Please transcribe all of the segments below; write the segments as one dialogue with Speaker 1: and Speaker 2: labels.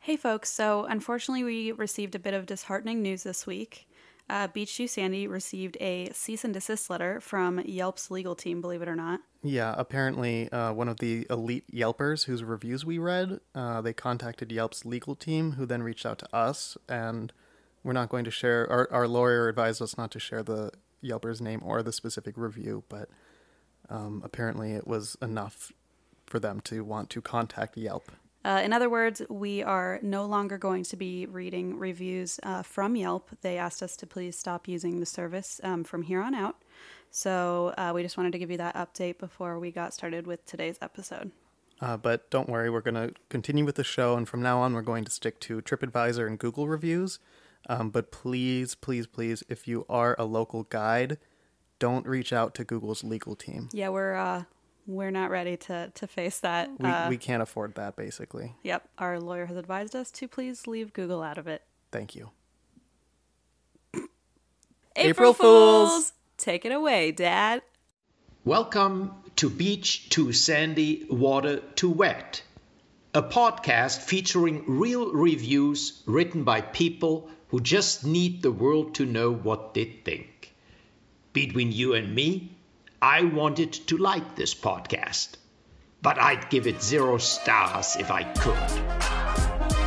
Speaker 1: Hey, folks. So, unfortunately, we received a bit of disheartening news this week. Uh, Beach Shoe Sandy received a cease and desist letter from Yelp's legal team, believe it or not.
Speaker 2: Yeah, apparently uh, one of the elite Yelpers whose reviews we read, uh, they contacted Yelp's legal team, who then reached out to us, and we're not going to share. Our, our lawyer advised us not to share the Yelper's name or the specific review, but um, apparently it was enough for them to want to contact Yelp.
Speaker 1: Uh, in other words, we are no longer going to be reading reviews uh, from Yelp. They asked us to please stop using the service um, from here on out. So uh, we just wanted to give you that update before we got started with today's episode.
Speaker 2: Uh, but don't worry, we're going to continue with the show, and from now on, we're going to stick to TripAdvisor and Google reviews. Um, but please, please, please, if you are a local guide, don't reach out to Google's legal team.
Speaker 1: Yeah, we're uh, we're not ready to to face that.
Speaker 2: We,
Speaker 1: uh,
Speaker 2: we can't afford that, basically.
Speaker 1: yep, our lawyer has advised us to please leave Google out of it.
Speaker 2: Thank you. April
Speaker 1: April
Speaker 2: Fools!
Speaker 1: Fools, take it away, Dad.
Speaker 3: Welcome to Beach to Sandy, Water to Wet, a podcast featuring real reviews written by people who just need the world to know what they think. Between you and me, I wanted to like this podcast, but I'd give it zero stars if I could.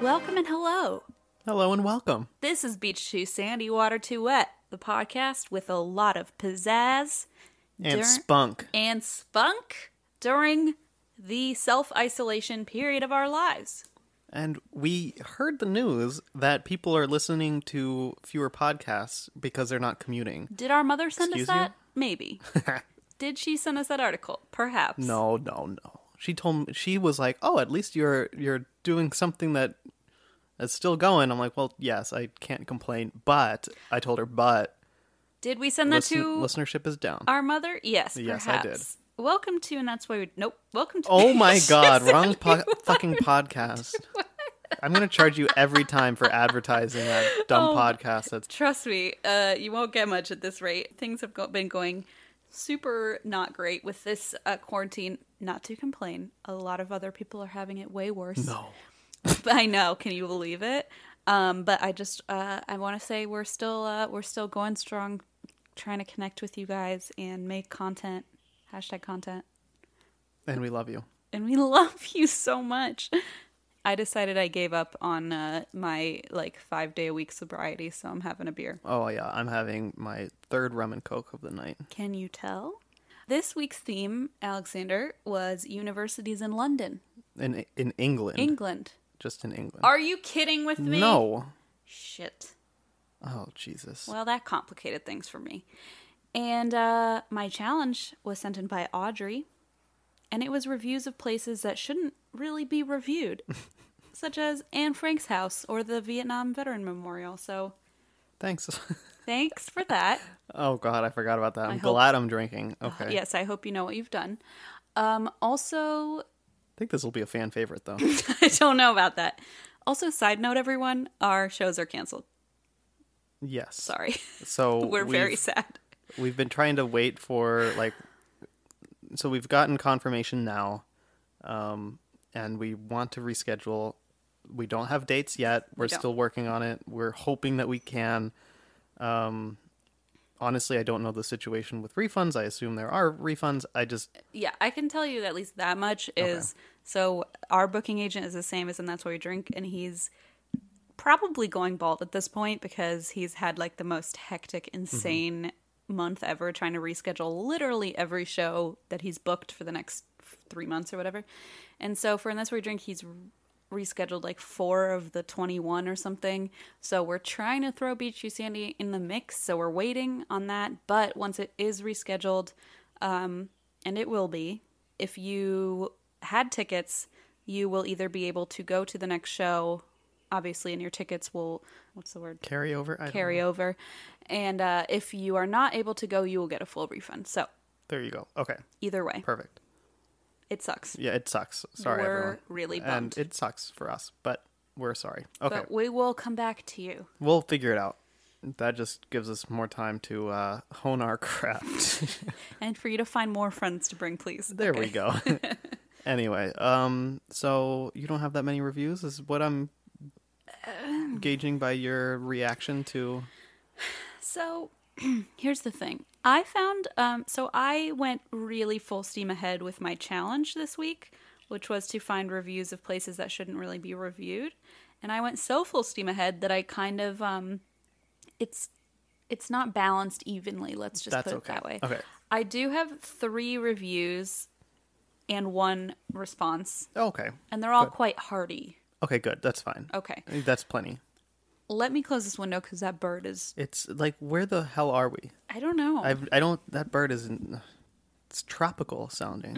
Speaker 1: Welcome and hello.
Speaker 2: Hello and welcome.
Speaker 1: This is Beach Too Sandy, Water Too Wet, the podcast with a lot of pizzazz
Speaker 2: And
Speaker 1: Dur-
Speaker 2: Spunk.
Speaker 1: and spunk during the self isolation period of our lives.
Speaker 2: And we heard the news that people are listening to fewer podcasts because they're not commuting.
Speaker 1: Did our mother send
Speaker 2: Excuse
Speaker 1: us that? Maybe. Did she send us that article? Perhaps.
Speaker 2: No, no, no. She told me she was like, "Oh, at least you're you're doing something that is still going." I'm like, "Well, yes, I can't complain, but I told her, but
Speaker 1: Did we send that
Speaker 2: listen,
Speaker 1: to
Speaker 2: listenership is down."
Speaker 1: our mother? Yes,
Speaker 2: Yes, I
Speaker 1: perhaps.
Speaker 2: did.
Speaker 1: Welcome to, and that's why we. Nope. Welcome to.
Speaker 2: oh my god, wrong po- fucking podcast. I'm gonna charge you every time for advertising that
Speaker 1: Oh.
Speaker 2: dumb podcast. That's
Speaker 1: Trust me, uh, you won't get much at this rate. Things have go- been going super not great with this uh, quarantine. Not to complain, a lot of other people are having it way worse.
Speaker 2: no.
Speaker 1: I know. Can you believe it? Um, but I just uh, I want to say we're still uh, we're still going strong, trying to connect with you guys and make content. Hashtag content,
Speaker 2: And we love you.
Speaker 1: and we love you so much. I decided I gave up on uh, my like five day a week sobriety, so I'm having a beer.
Speaker 2: Oh yeah, I'm having my third rum and coke of the night.
Speaker 1: Can you tell? This week's theme, Alexander, was universities in London,
Speaker 2: In in England,
Speaker 1: England.
Speaker 2: just in England.
Speaker 1: Are you kidding with me?
Speaker 2: Mm. No.
Speaker 1: Shit.
Speaker 2: Oh Jesus.
Speaker 1: Well, that complicated things for me. And uh, my challenge was sent in by Audrey, and it was reviews of places that shouldn't really be reviewed, such as Anne Frank's house or the Vietnam Veteran Memorial. So
Speaker 2: Thanks.
Speaker 1: thanks for that.
Speaker 2: Oh God, I forgot about that. I'm
Speaker 1: hope- Uh,
Speaker 2: glad I'm drinking. Okay.
Speaker 1: Yes, I hope you know what you've done. Um, also,
Speaker 2: I think this will be a fan favorite though.
Speaker 1: I don't know about that. Also, side note, everyone, our shows are canceled.
Speaker 2: yes.
Speaker 1: Sorry.
Speaker 2: So
Speaker 1: We're
Speaker 2: we've,
Speaker 1: very sad.
Speaker 2: We've been trying to wait for like, so we've gotten confirmation now, um, and we want to reschedule. We don't have dates yet. We're
Speaker 1: don't.
Speaker 2: still working on it. We're hoping that we can. Um, honestly, I don't know the situation with refunds. I assume there are refunds. I just
Speaker 1: Yeah, I can tell you at least that much is so our booking agent is the same as and that's where we drink and he's probably going bald at this point because he's had like the most hectic insane month ever trying to reschedule literally every show that he's booked for the next 3 months or whatever. And so for and that's where we drink he's rescheduled like 4 of the 21 or something. So we're trying to throw Beach You Sandy in the mix, so we're waiting on that, but once it is rescheduled and it will be. If you had tickets, you will either be able to go to the next show, obviously, and your tickets will, what's the word?
Speaker 2: carry over. I don't know.
Speaker 1: Carry over. And uh, if you are not able to go, you will get a full refund. So
Speaker 2: There you go. Okay.
Speaker 1: either way,
Speaker 2: Perfect.
Speaker 1: it sucks.
Speaker 2: Yeah, it sucks. Sorry,
Speaker 1: We're
Speaker 2: everyone.
Speaker 1: really
Speaker 2: and
Speaker 1: bummed.
Speaker 2: it sucks for us, but We're sorry. Okay,
Speaker 1: But we will come back to you.
Speaker 2: we'll figure it out. That just gives us more time to uh, hone our craft.
Speaker 1: And for you to find more friends to bring, please.
Speaker 2: there we go. anyway, um, so you don't have that many reviews, is what I'm
Speaker 1: Um.
Speaker 2: gauging by your reaction to.
Speaker 1: So here's the thing. I found um, so I went really full steam ahead with my challenge this week, which was to find reviews of places that shouldn't really be reviewed, and I went so full steam ahead that I kind of um, it's it's not balanced evenly. Let's just
Speaker 2: That's
Speaker 1: put it
Speaker 2: okay.
Speaker 1: that way.
Speaker 2: Okay.
Speaker 1: I do have three reviews and one response,
Speaker 2: Okay.
Speaker 1: and they're all quite hearty.
Speaker 2: Okay, good. That's fine.
Speaker 1: Okay,
Speaker 2: That's plenty.
Speaker 1: let me close this window because that bird is.
Speaker 2: It's like, where the hell are we?
Speaker 1: I don't know.
Speaker 2: I've, I don't. That bird isn't. It's tropical sounding.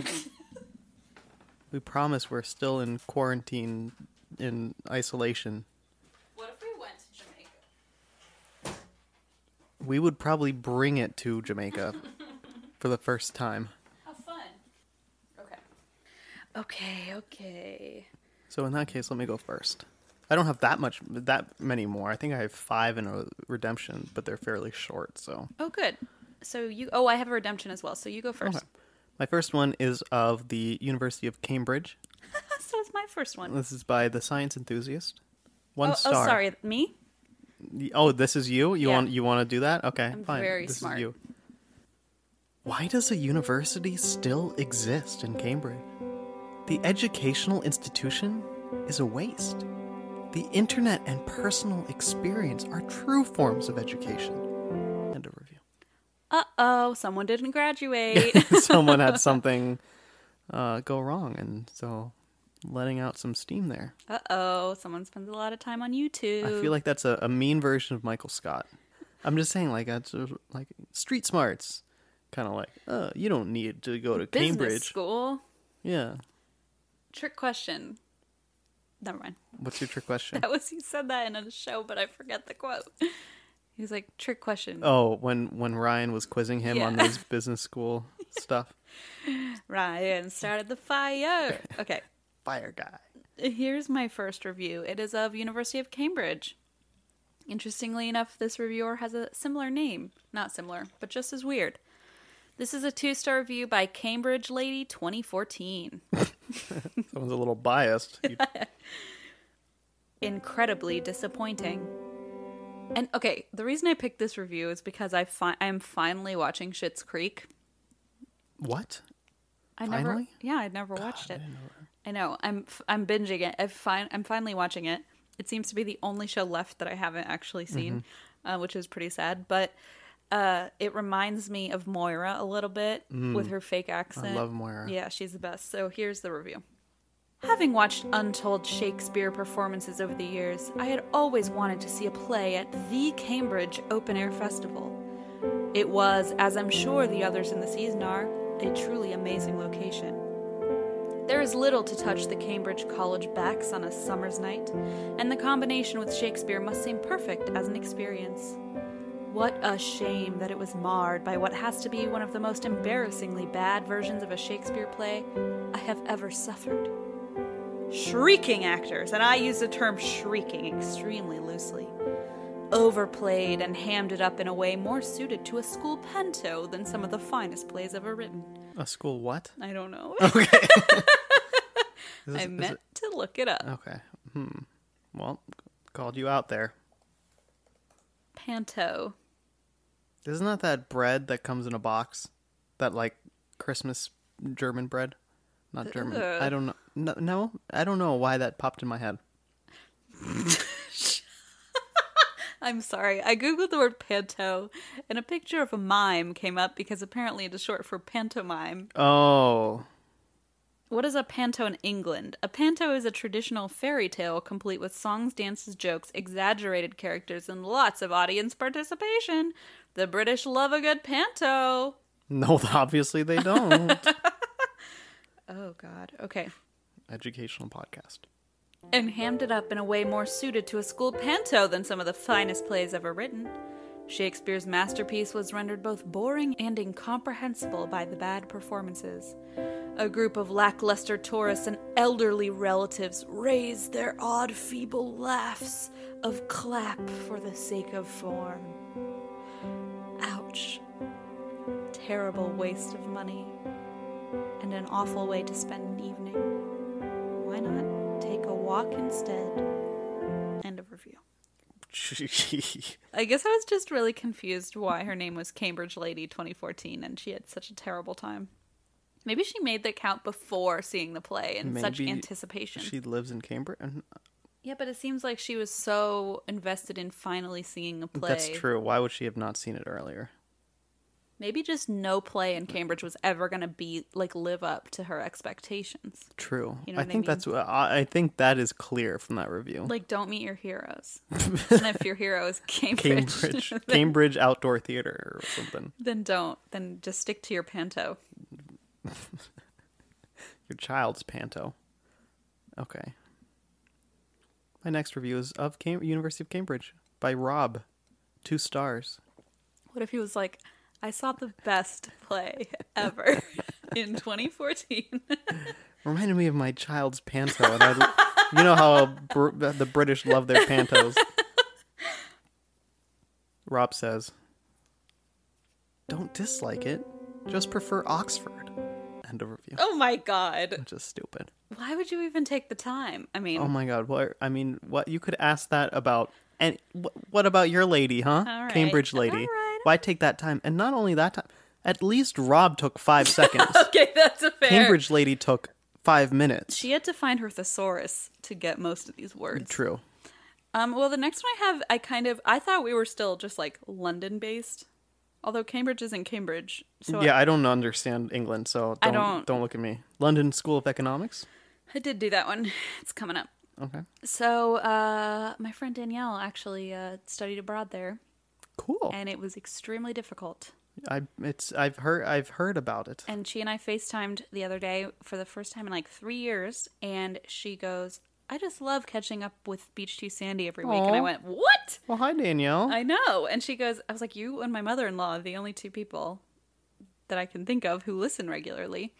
Speaker 2: we promise we're still in quarantine, in isolation.
Speaker 1: What if we went to Jamaica?
Speaker 2: We would probably bring it to Jamaica for the first time.
Speaker 1: Have fun. Okay. Okay, okay.
Speaker 2: So in that case, let me go first. I don't have that much, that many more. I think I have five in a redemption, but they're fairly short. So
Speaker 1: Oh, good. So you, oh, I have a redemption as well. So you go first.
Speaker 2: Okay. my first one is of the University of Cambridge.
Speaker 1: so it's my first one.
Speaker 2: This is by the Science Enthusiast. One
Speaker 1: Oh,
Speaker 2: star.
Speaker 1: oh, sorry, me.
Speaker 2: Oh, this is you. You
Speaker 1: Yeah.
Speaker 2: want you want to do that? Okay, fine.
Speaker 1: very
Speaker 2: this
Speaker 1: smart.
Speaker 2: is you. Why does a university still exist in Cambridge? The educational institution is a waste. The internet and personal experience are true forms of education. End of review.
Speaker 1: Uh oh, someone didn't graduate.
Speaker 2: Someone had something uh, go wrong, and so letting out some steam there.
Speaker 1: uh oh, someone spends a lot of time on YouTube.
Speaker 2: I feel like that's a, a mean version of Michael Scott. I'm just saying, like that's uh, like street smarts, kind of like, uh, you don't need to go to
Speaker 1: business
Speaker 2: Cambridge.
Speaker 1: school.
Speaker 2: Yeah.
Speaker 1: Trick question. Never mind.
Speaker 2: What's your trick question?
Speaker 1: That was he said that in a show, but I forget the quote. He was like, "Trick question,
Speaker 2: oh, when when Ryan was quizzing him on
Speaker 1: Yeah.
Speaker 2: his business school stuff.
Speaker 1: Ryan started the fire." Okay.
Speaker 2: Fire guy.
Speaker 1: Here's my first review. It is of University of Cambridge. Interestingly enough, this reviewer has a similar name. Not similar, but just as weird. This is a two-star review by Cambridge Lady 2014.
Speaker 2: Someone's a little biased. You-
Speaker 1: Incredibly disappointing. And okay, the reason I picked this review is because I fi- I'm finally watching Schitt's Creek.
Speaker 2: what?
Speaker 1: I never,
Speaker 2: Finally?
Speaker 1: yeah, I'd never watched it. I know. I'm f- I'm binging it. I fin- I'm finally watching it. It seems to be the only show left that I haven't actually seen, uh, which is pretty sad. But uh, it reminds me of Moira a little bit with her fake accent.
Speaker 2: love Moira.
Speaker 1: Yeah, she's the best. So here's the review. Having watched untold Shakespeare performances over the years, I had always wanted to see a play at the Cambridge Open Air Festival. It was, as I'm sure the others in the season are, a truly amazing location. There is little to touch the Cambridge College backs on a summer's night, and the combination with Shakespeare must seem perfect as an experience. What a shame that it was marred by what has to be one of the most embarrassingly bad versions of a Shakespeare play I have ever suffered. Shrieking actors, and I use the term shrieking extremely loosely, overplayed and hammed it up in a way more suited to a school panto than some of the finest plays ever written.
Speaker 2: A school what?
Speaker 1: I don't know.
Speaker 2: Okay. Is this-
Speaker 1: I
Speaker 2: is
Speaker 1: meant
Speaker 2: it-
Speaker 1: to look it up.
Speaker 2: okay. Hmm. Well, called you out there.
Speaker 1: Panto.
Speaker 2: Isn't that that bread that comes in a box? That like Christmas German bread? Not German.
Speaker 1: Ugh.
Speaker 2: I don't know. No, no, I don't know why that popped in my head.
Speaker 1: I'm sorry. I googled the word panto, and a picture of a mime came up because apparently it is short for pantomime.
Speaker 2: Oh,
Speaker 1: What is a panto in England? A panto is a traditional fairy tale complete with songs, dances, jokes, exaggerated characters, and lots of audience participation. The British love a good panto.
Speaker 2: no, obviously they don't.
Speaker 1: Oh, God. Okay.
Speaker 2: Educational podcast.
Speaker 1: and hammed it up in a way more suited to a school panto than some of the finest plays ever written. Shakespeare's masterpiece was rendered both boring and incomprehensible by the bad performances. a group of lackluster tourists and elderly relatives raise their odd, feeble laughs of clap for the sake of form. Ouch. Terrible waste of money. And an awful way to spend an evening. Why not take a walk instead? End of review.
Speaker 2: Gee.
Speaker 1: I guess I was just really confused why her name was Cambridge Lady 2014 and she had such a terrible time. Maybe she made the count before seeing the play in such
Speaker 2: Maybe
Speaker 1: anticipation.
Speaker 2: She lives in Cambridge. and-
Speaker 1: Yeah, but it seems like she was so invested in finally seeing a play.
Speaker 2: That's true. Why would she have not seen it earlier?
Speaker 1: Maybe just no play in Cambridge was ever going to be like live up to her expectations.
Speaker 2: True.
Speaker 1: You know
Speaker 2: I
Speaker 1: what I
Speaker 2: think that's what I I think that is clear from that review.
Speaker 1: Like, don't meet your heroes. and if your hero is Cambridge,
Speaker 2: Cambridge, Cambridge Outdoor Theater or something.
Speaker 1: then don't. Then just stick to your panto.
Speaker 2: Your child's panto. Okay. My next review is of Cam- University of Cambridge by Rob. Two stars.
Speaker 1: What if he was like, I saw the best play ever in 2014.
Speaker 2: Reminded me of my child's panto, and I, you know how Br- the British love their pantos. Rob says, "Don't dislike it. Just prefer Oxford." End of review.
Speaker 1: oh my god.
Speaker 2: Which is stupid.
Speaker 1: Why would you even take the time? I mean,
Speaker 2: Oh my god! What I mean, what you could ask that about? And wh- what about your lady, huh?
Speaker 1: All right,
Speaker 2: Cambridge lady.
Speaker 1: all right.
Speaker 2: Why take that time? And not only that time, at least Rob took five seconds.
Speaker 1: okay, that's a fair.
Speaker 2: Cambridge lady took five minutes.
Speaker 1: She had to find her thesaurus to get most of these words.
Speaker 2: True.
Speaker 1: Um, well, the next one I have, I kind of, I thought we were still just like London based, although Cambridge is in Cambridge. So
Speaker 2: yeah, I don't understand England, so
Speaker 1: I
Speaker 2: don't,
Speaker 1: don't-
Speaker 2: don't look at me. London School of Economics.
Speaker 1: I, I did do that one. It's coming up.
Speaker 2: Okay.
Speaker 1: So uh, my friend Danielle actually uh, studied abroad there,
Speaker 2: Cool.
Speaker 1: and it was extremely difficult.
Speaker 2: I it's I've heard I've heard about it.
Speaker 1: And she and I FaceTimed the other day for the first time in like three years, and she goes, "I just love catching up with Beach Too Sandy every week." And I
Speaker 2: Aw.
Speaker 1: went, "What?"
Speaker 2: Well, hi Danielle.
Speaker 1: I know. And she goes, I was like, you and my mother in law are the only two people that I can think of who listen regularly.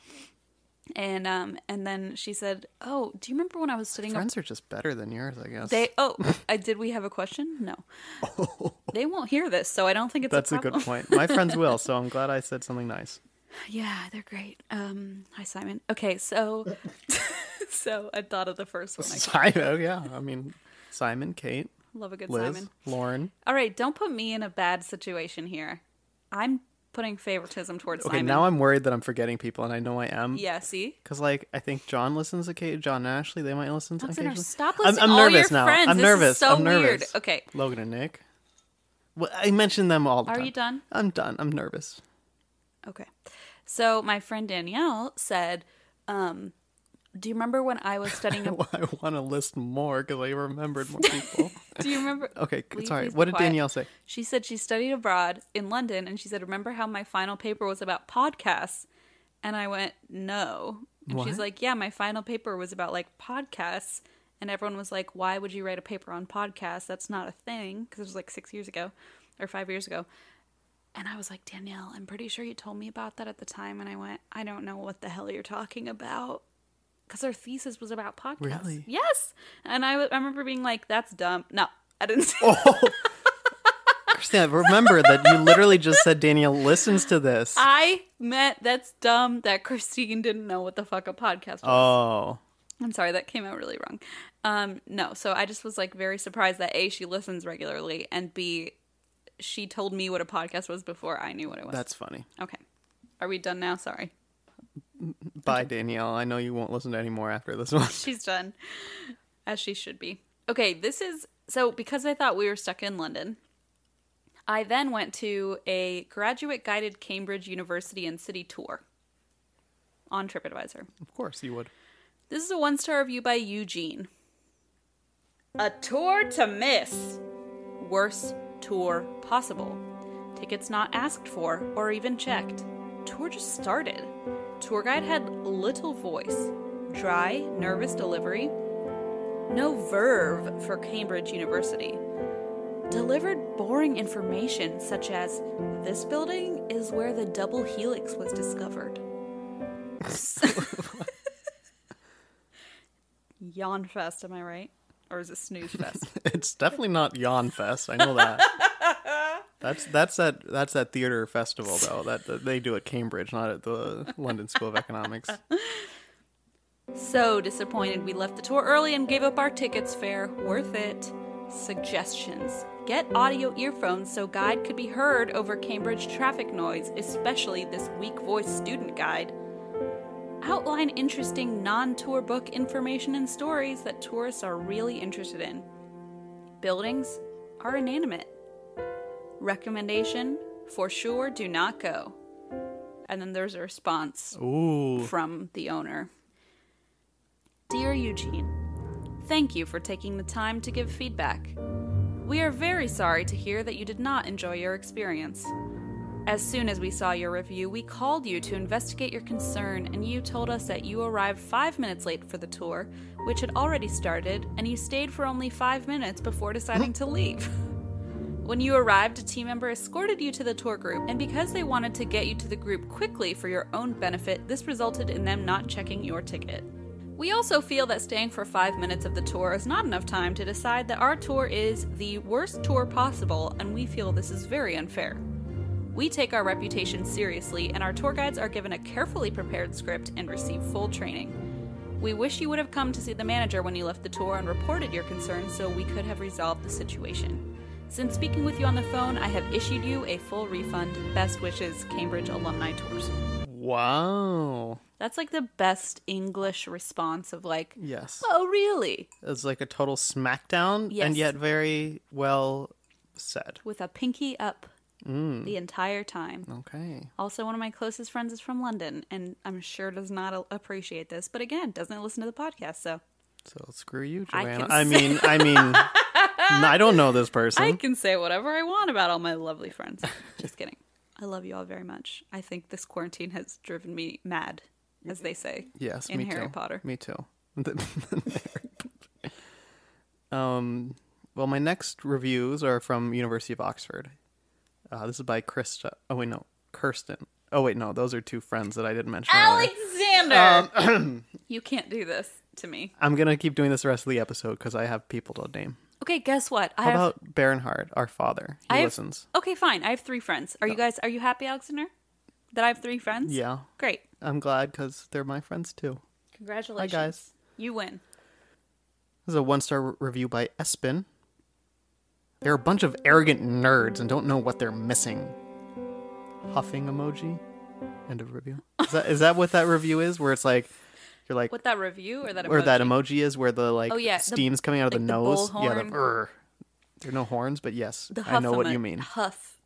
Speaker 1: And um, and then she said, Oh, do you remember when I was studying
Speaker 2: Friends are just better than yours, I guess.
Speaker 1: they oh I did we have a question? No. They won't hear this, so I don't think it's
Speaker 2: Oh. That's
Speaker 1: a
Speaker 2: a good
Speaker 1: problem.
Speaker 2: point. My friends will, so I'm glad I said something nice.
Speaker 1: Yeah, they're great. Um hi Simon. Okay, so so I thought of the first one. I
Speaker 2: Simon, yeah. I mean, Simon, Kate,
Speaker 1: love a good
Speaker 2: Liz,
Speaker 1: Simon.
Speaker 2: Lauren.
Speaker 1: All right, don't put me in a bad situation here. I'm putting favoritism towards
Speaker 2: Okay,
Speaker 1: Simon.
Speaker 2: now I'm worried that I'm forgetting people, and I know I am.
Speaker 1: yeah, see?
Speaker 2: Because, like, I think John listens to Kate, John and Ashley, they might listen to
Speaker 1: Listen, or
Speaker 2: occasionally.
Speaker 1: stop
Speaker 2: I'm-
Speaker 1: listening.
Speaker 2: I'm,
Speaker 1: all
Speaker 2: nervous
Speaker 1: your
Speaker 2: now.
Speaker 1: Friends.
Speaker 2: I'm
Speaker 1: This
Speaker 2: nervous.
Speaker 1: Is so
Speaker 2: I'm
Speaker 1: weird.
Speaker 2: nervous.
Speaker 1: Okay.
Speaker 2: Logan and Nick. Well, I mention them all the
Speaker 1: Are
Speaker 2: time.
Speaker 1: you done?
Speaker 2: I'm done. I'm nervous.
Speaker 1: Okay. So my friend Danielle said, um, "Do you remember when I was studying? ab-
Speaker 2: Well, I want to list more because I remembered more people.
Speaker 1: Do you remember?"
Speaker 2: okay,
Speaker 1: Will you
Speaker 2: sorry.
Speaker 1: please be
Speaker 2: What did
Speaker 1: quiet?
Speaker 2: Danielle say?
Speaker 1: She said she studied abroad in London, and she said, "Remember how my final paper was about podcasts?" And I went, "No." And
Speaker 2: What?
Speaker 1: she's like, "Yeah, my final paper was about like podcasts." And everyone was like, "Why would you write a paper on podcasts? That's not a thing." Because it was like six years ago, or five years ago. And I was like, Danielle, I'm pretty sure you told me about that at the time. And I went, I don't know what the hell you're talking about. Because her thesis was about podcasts.
Speaker 2: Really?
Speaker 1: Yes. And I, w- I remember being like, that's dumb. No, I didn't.
Speaker 2: Oh,
Speaker 1: say
Speaker 2: Christina, remember that you literally just said Danielle listens to this.
Speaker 1: I meant that's dumb that Christine didn't know what the fuck a podcast was.
Speaker 2: oh.
Speaker 1: I'm sorry, that came out really wrong. Um, no, so I just was like very surprised that A, she listens regularly, and B, she told me what a podcast was before I knew what it was.
Speaker 2: That's funny.
Speaker 1: okay. Are we done now? Sorry.
Speaker 2: Bye, Danielle. I know you won't listen to any more after this one.
Speaker 1: She's done, as she should be. Okay, this is so because I thought we were stuck in London. I then went to a graduate guided Cambridge University and City tour on TripAdvisor.
Speaker 2: Of course you would.
Speaker 1: This is a one star review by Eugene. A tour to miss. Worst tour possible. Tickets not asked for or even checked. Tour just started. Tour guide had little voice, dry, nervous delivery, no verve for Cambridge University. Delivered boring information such as this building is where the double helix was discovered. gross. Yawn fest, am I right? Or is it snooze fest?
Speaker 2: It's definitely not Yawn Fest. I know that. that's that's that that's that theater festival though that, that they do at Cambridge, not at the London School of Economics.
Speaker 1: so disappointed we left the tour early and gave up our tickets fare. Worth it. Suggestions. Get audio earphones so guide could be heard over Cambridge traffic noise, especially this weak voice student guide. Outline interesting non tour book information and stories that tourists are really interested in. Buildings are inanimate. Recommendation for sure do not go. And then there's a response
Speaker 2: Ooh,
Speaker 1: from the owner Dear Eugene, thank you for taking the time to give feedback. We are very sorry to hear that you did not enjoy your experience. As soon as we saw your review, we called you to investigate your concern, and you told us that you arrived five minutes late for the tour, which had already started, and you stayed for only five minutes before deciding to leave. When you arrived, a team member escorted you to the tour group, and because they wanted to get you to the group quickly for your own benefit, this resulted in them not checking your ticket. We also feel that staying for five minutes of the tour is not enough time to decide that our tour is the worst tour possible, and we feel this is very unfair. We take our reputation seriously, and our tour guides are given a carefully prepared script and receive full training. We wish you would have come to see the manager when you left the tour and reported your concerns so we could have resolved the situation. Since speaking with you on the phone, I have issued you a full refund. Best wishes, Cambridge Alumni Tours.
Speaker 2: wow.
Speaker 1: That's like the best English response of like,
Speaker 2: Yes,
Speaker 1: oh, really?
Speaker 2: it's like a total smackdown,
Speaker 1: Yes.
Speaker 2: and yet very well said.
Speaker 1: With a pinky up
Speaker 2: Mm.
Speaker 1: the entire time.
Speaker 2: Okay.
Speaker 1: Also, one of my closest friends is from London, and I'm sure does not a- appreciate this, but again, doesn't listen to the podcast, so
Speaker 2: So screw you,
Speaker 1: I
Speaker 2: Joanna.
Speaker 1: can
Speaker 2: I, mean, I mean, n- I don't know this person.
Speaker 1: I can say whatever I want about all my lovely friends. Just kidding. I love you all very much. I think this quarantine has driven me mad, as they say.
Speaker 2: yes,
Speaker 1: in
Speaker 2: me
Speaker 1: Harry
Speaker 2: too.
Speaker 1: Potter.
Speaker 2: Me too. um, well, my next reviews are from University of Oxford. Uh, this is by Krista. Oh wait, no, Kirsten. Oh wait, no, those are two friends that I didn't mention. earlier.
Speaker 1: Alexander!
Speaker 2: Um,
Speaker 1: you can't do this to me.
Speaker 2: I'm gonna keep doing this the rest of the episode because I have people to name.
Speaker 1: Okay, guess what? I
Speaker 2: How
Speaker 1: have,
Speaker 2: about Bernhard, our father? He
Speaker 1: I have-
Speaker 2: listens.
Speaker 1: Okay, fine. I have three friends. Are you guys, are you happy, Alexander? That I have three friends?
Speaker 2: Yeah,
Speaker 1: Great.
Speaker 2: I'm glad because they're my friends too.
Speaker 1: Congratulations.
Speaker 2: guys.
Speaker 1: You win.
Speaker 2: This is a one star review by Espin. They're a bunch of arrogant nerds and don't know what they're missing. Huffing emoji. End of review. Is that, is that what that review is? Where it's like, you're like,
Speaker 1: What that review or that
Speaker 2: where that
Speaker 1: emoji?
Speaker 2: emoji is, where the like
Speaker 1: Oh, yeah, the-
Speaker 2: steam's coming out of
Speaker 1: like
Speaker 2: the
Speaker 1: the
Speaker 2: nose. yeah, the
Speaker 1: bullhorn.
Speaker 2: "Urgh." There are no horns, but yes,
Speaker 1: The
Speaker 2: I know what
Speaker 1: huffamo-
Speaker 2: you mean.
Speaker 1: Huff.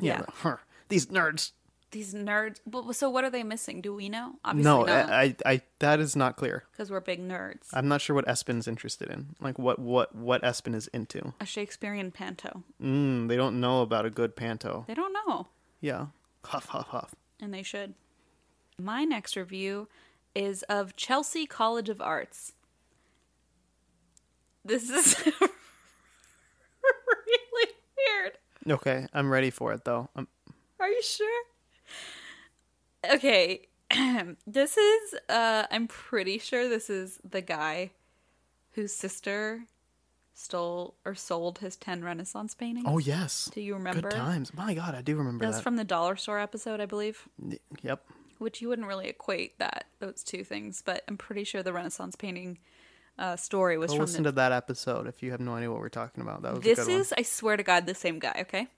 Speaker 2: Yeah. the, "Huh, These nerds.
Speaker 1: These nerds. But, so what are they missing? Do we know? Obviously
Speaker 2: No,
Speaker 1: not.
Speaker 2: I, I, I, that is not clear.
Speaker 1: Because we're big nerds.
Speaker 2: I'm not sure what Espin's interested in. Like, what, what, what Espin is into.
Speaker 1: a Shakespearean panto.
Speaker 2: Mm, they don't know about a good panto.
Speaker 1: They don't know,
Speaker 2: Yeah. Huff, huff, huff.
Speaker 1: and they should. My next review is of Chelsea College of Arts. This is really weird.
Speaker 2: Okay, I'm ready for it though. Um,
Speaker 1: Are you sure? Okay. this is uh I'm pretty sure this is the guy whose sister stole or sold his 10 renaissance paintings.
Speaker 2: oh yes.
Speaker 1: Do you remember?
Speaker 2: Good times. My god, I do remember
Speaker 1: That's
Speaker 2: that.
Speaker 1: from the dollar store episode, I believe.
Speaker 2: Y- yep.
Speaker 1: which you wouldn't really equate that those two things, but I'm pretty sure the Renaissance painting uh, story was
Speaker 2: Go
Speaker 1: from
Speaker 2: listen
Speaker 1: the,
Speaker 2: to that episode if you have no idea what we're talking about. That was a
Speaker 1: this
Speaker 2: good
Speaker 1: is I swear to God the same guy. Okay,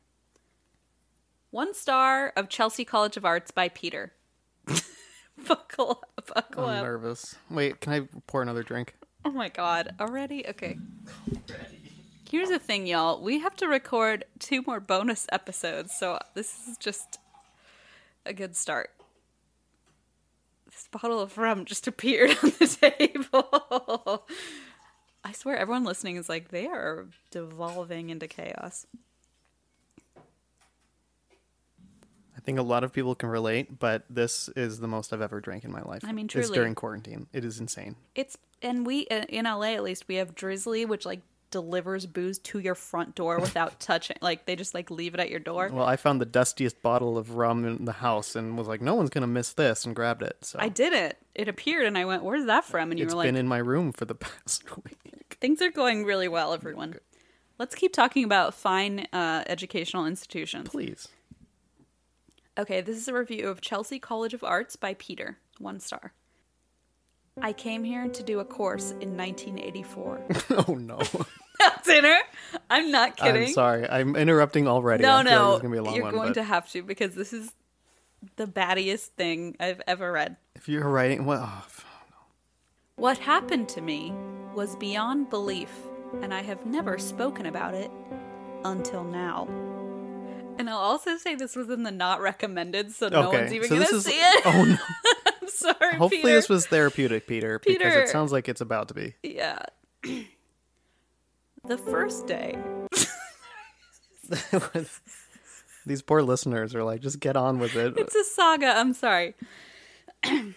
Speaker 1: one star of Chelsea College of Arts by Peter. buckle up, buckle
Speaker 2: one. I'm
Speaker 1: up!
Speaker 2: nervous. Wait, can I pour another drink?
Speaker 1: Oh my God, already okay. Here's the thing, y'all. We have to record two more bonus episodes, so this is just a good start. This bottle of rum just appeared on the table. I swear, everyone listening is like, they are devolving into chaos.
Speaker 2: I think a lot of people can relate, but this is the most I've ever drank in my life.
Speaker 1: I mean,
Speaker 2: It's
Speaker 1: truly.
Speaker 2: during quarantine. It is insane.
Speaker 1: uh, It's, and we, in LA at least, we have drizzly, which like delivers booze to your front door without touching. Like they just like leave it at your door.
Speaker 2: Well, I found the dustiest bottle of rum in the house and was like, no one's gonna miss this, and grabbed it. So
Speaker 1: I did it. It appeared, and I went, "Where's that from?" And you
Speaker 2: it's
Speaker 1: were like,
Speaker 2: been in my room for the past week.
Speaker 1: "Things are going really well, everyone." Let's keep talking about fine uh, educational institutions.
Speaker 2: Please.
Speaker 1: Okay, this is a review of Chelsea College of Arts by Peter, one star. I came here to do a course in 1984.
Speaker 2: oh no.
Speaker 1: That's in her. I'm not kidding.
Speaker 2: I'm sorry. I'm interrupting already.
Speaker 1: No,
Speaker 2: I feel like
Speaker 1: no,
Speaker 2: This is gonna be a long
Speaker 1: you're
Speaker 2: one.
Speaker 1: going
Speaker 2: but
Speaker 1: to have to because this is the battiest thing I've ever read.
Speaker 2: If you're writing, what? oh, f-
Speaker 1: What happened to me was beyond belief, and I have never spoken about it until now. And I'll also say this was in the not recommended, so no
Speaker 2: okay.
Speaker 1: one's even
Speaker 2: so
Speaker 1: gonna
Speaker 2: this is.
Speaker 1: see it.
Speaker 2: Oh no.
Speaker 1: I'm sorry,
Speaker 2: Hopefully
Speaker 1: Peter.
Speaker 2: this was therapeutic, Peter, because
Speaker 1: Peter.
Speaker 2: it sounds like it's about to be.
Speaker 1: Yeah. the first day.
Speaker 2: These poor listeners are like, just get on with it.
Speaker 1: It's a saga, I'm sorry. the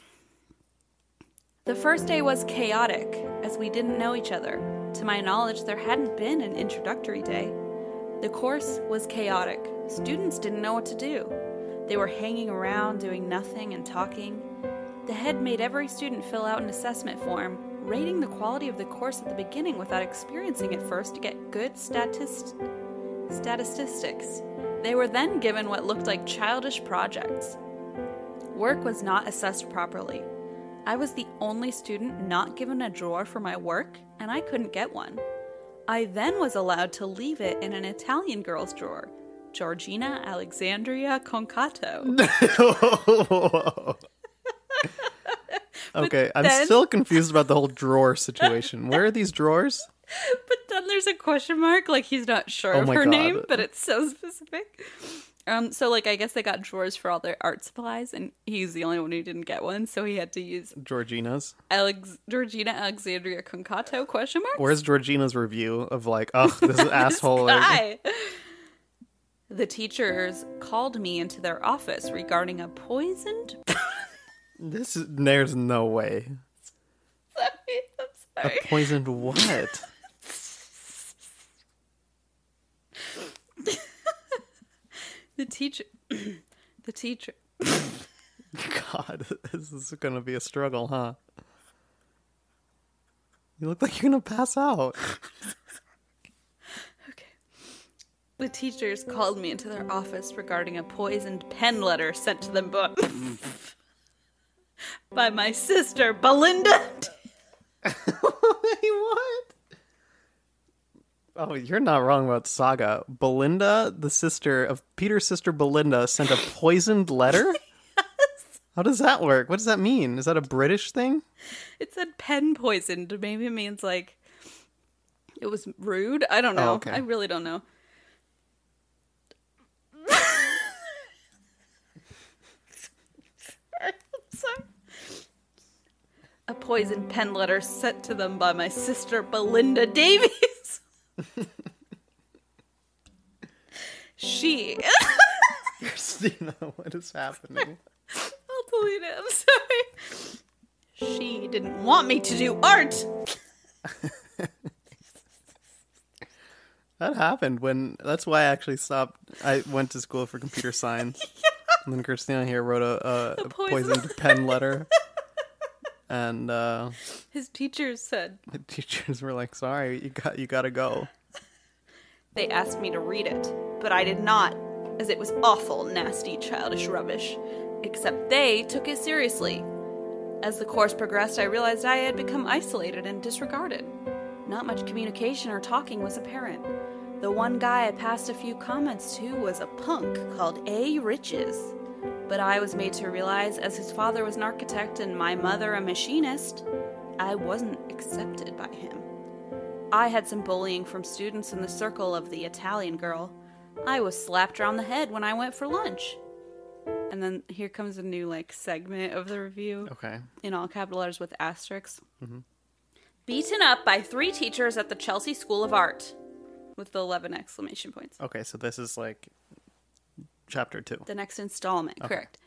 Speaker 1: first day was chaotic, as we didn't know each other. To my knowledge, there hadn't been an introductory day. The course was chaotic. Students didn't know what to do. They were hanging around, doing nothing, and talking. The head made every student fill out an assessment form, rating the quality of the course at the beginning without experiencing it first to get good statist- statistics. They were then given what looked like childish projects. Work was not assessed properly. I was the only student not given a drawer for my work, and I couldn't get one. I then was allowed to leave it in an Italian girl's drawer, Georgina Alexandria Concato.
Speaker 2: okay, I'm
Speaker 1: then-
Speaker 2: still confused about the whole drawer situation. Where are these drawers?
Speaker 1: but then there's a question mark, like he's not sure
Speaker 2: Oh
Speaker 1: of
Speaker 2: my
Speaker 1: her
Speaker 2: God.
Speaker 1: name, but it's so specific. Um, so like I guess they got drawers for all their art supplies, and he's the only one who didn't get one, so he had to use
Speaker 2: Georgina's.
Speaker 1: Alex Georgina Alexandria Concato question mark.
Speaker 2: Where's Georgina's review of like, oh, this asshole?
Speaker 1: Hi. The teachers called me into their office regarding a poisoned.
Speaker 2: This is, there's no way.
Speaker 1: Sorry, I'm
Speaker 2: A
Speaker 1: sorry.
Speaker 2: poisoned what?
Speaker 1: The teacher. the teacher.
Speaker 2: God, this is gonna be a struggle, huh? You look like you're gonna pass out.
Speaker 1: Okay. The teachers called me into their office regarding a poisoned pen letter sent to them by, by my sister, Belinda.
Speaker 2: Wait, what? Oh, you're not wrong about Saga. Belinda, the sister of Peter's sister Belinda, sent a poisoned letter? How does that work? What does that mean? Is that a British thing?
Speaker 1: It said pen poisoned. Maybe it means like it was rude. I don't know.
Speaker 2: okay.
Speaker 1: I really don't know. Sorry, I'm sorry. A poisoned pen letter sent to them by my sister Belinda Davies. she.
Speaker 2: Christina, what is happening?
Speaker 1: I'll delete it. I'm sorry. She didn't want me to do art.
Speaker 2: That happened when that's why I actually stopped I went to school for computer science. And then Christina here wrote a, a, a
Speaker 1: poisoned
Speaker 2: poisoned pen letter. and uh
Speaker 1: His teachers said
Speaker 2: the teachers were like, sorry, you got you gotta go.
Speaker 1: They asked me to read it, but I did not, as it was awful, nasty, childish rubbish. Except they took it seriously. As the course progressed, I realized I had become isolated and disregarded. Not much communication or talking was apparent. The one guy I passed a few comments to was a punk called A. Riches. But I was made to realize, as his father was an architect and my mother a machinist, I wasn't accepted by him. I had some bullying from students in the circle of the Italian girl. I was slapped around the head when I went for lunch. And then here comes a new like segment of the review
Speaker 2: Okay.
Speaker 1: in all capital letters with asterisks. Beaten up by three teachers at the Chelsea School of Art with the 11 exclamation points.
Speaker 2: Okay, so this is like chapter two.
Speaker 1: The next installment, correct.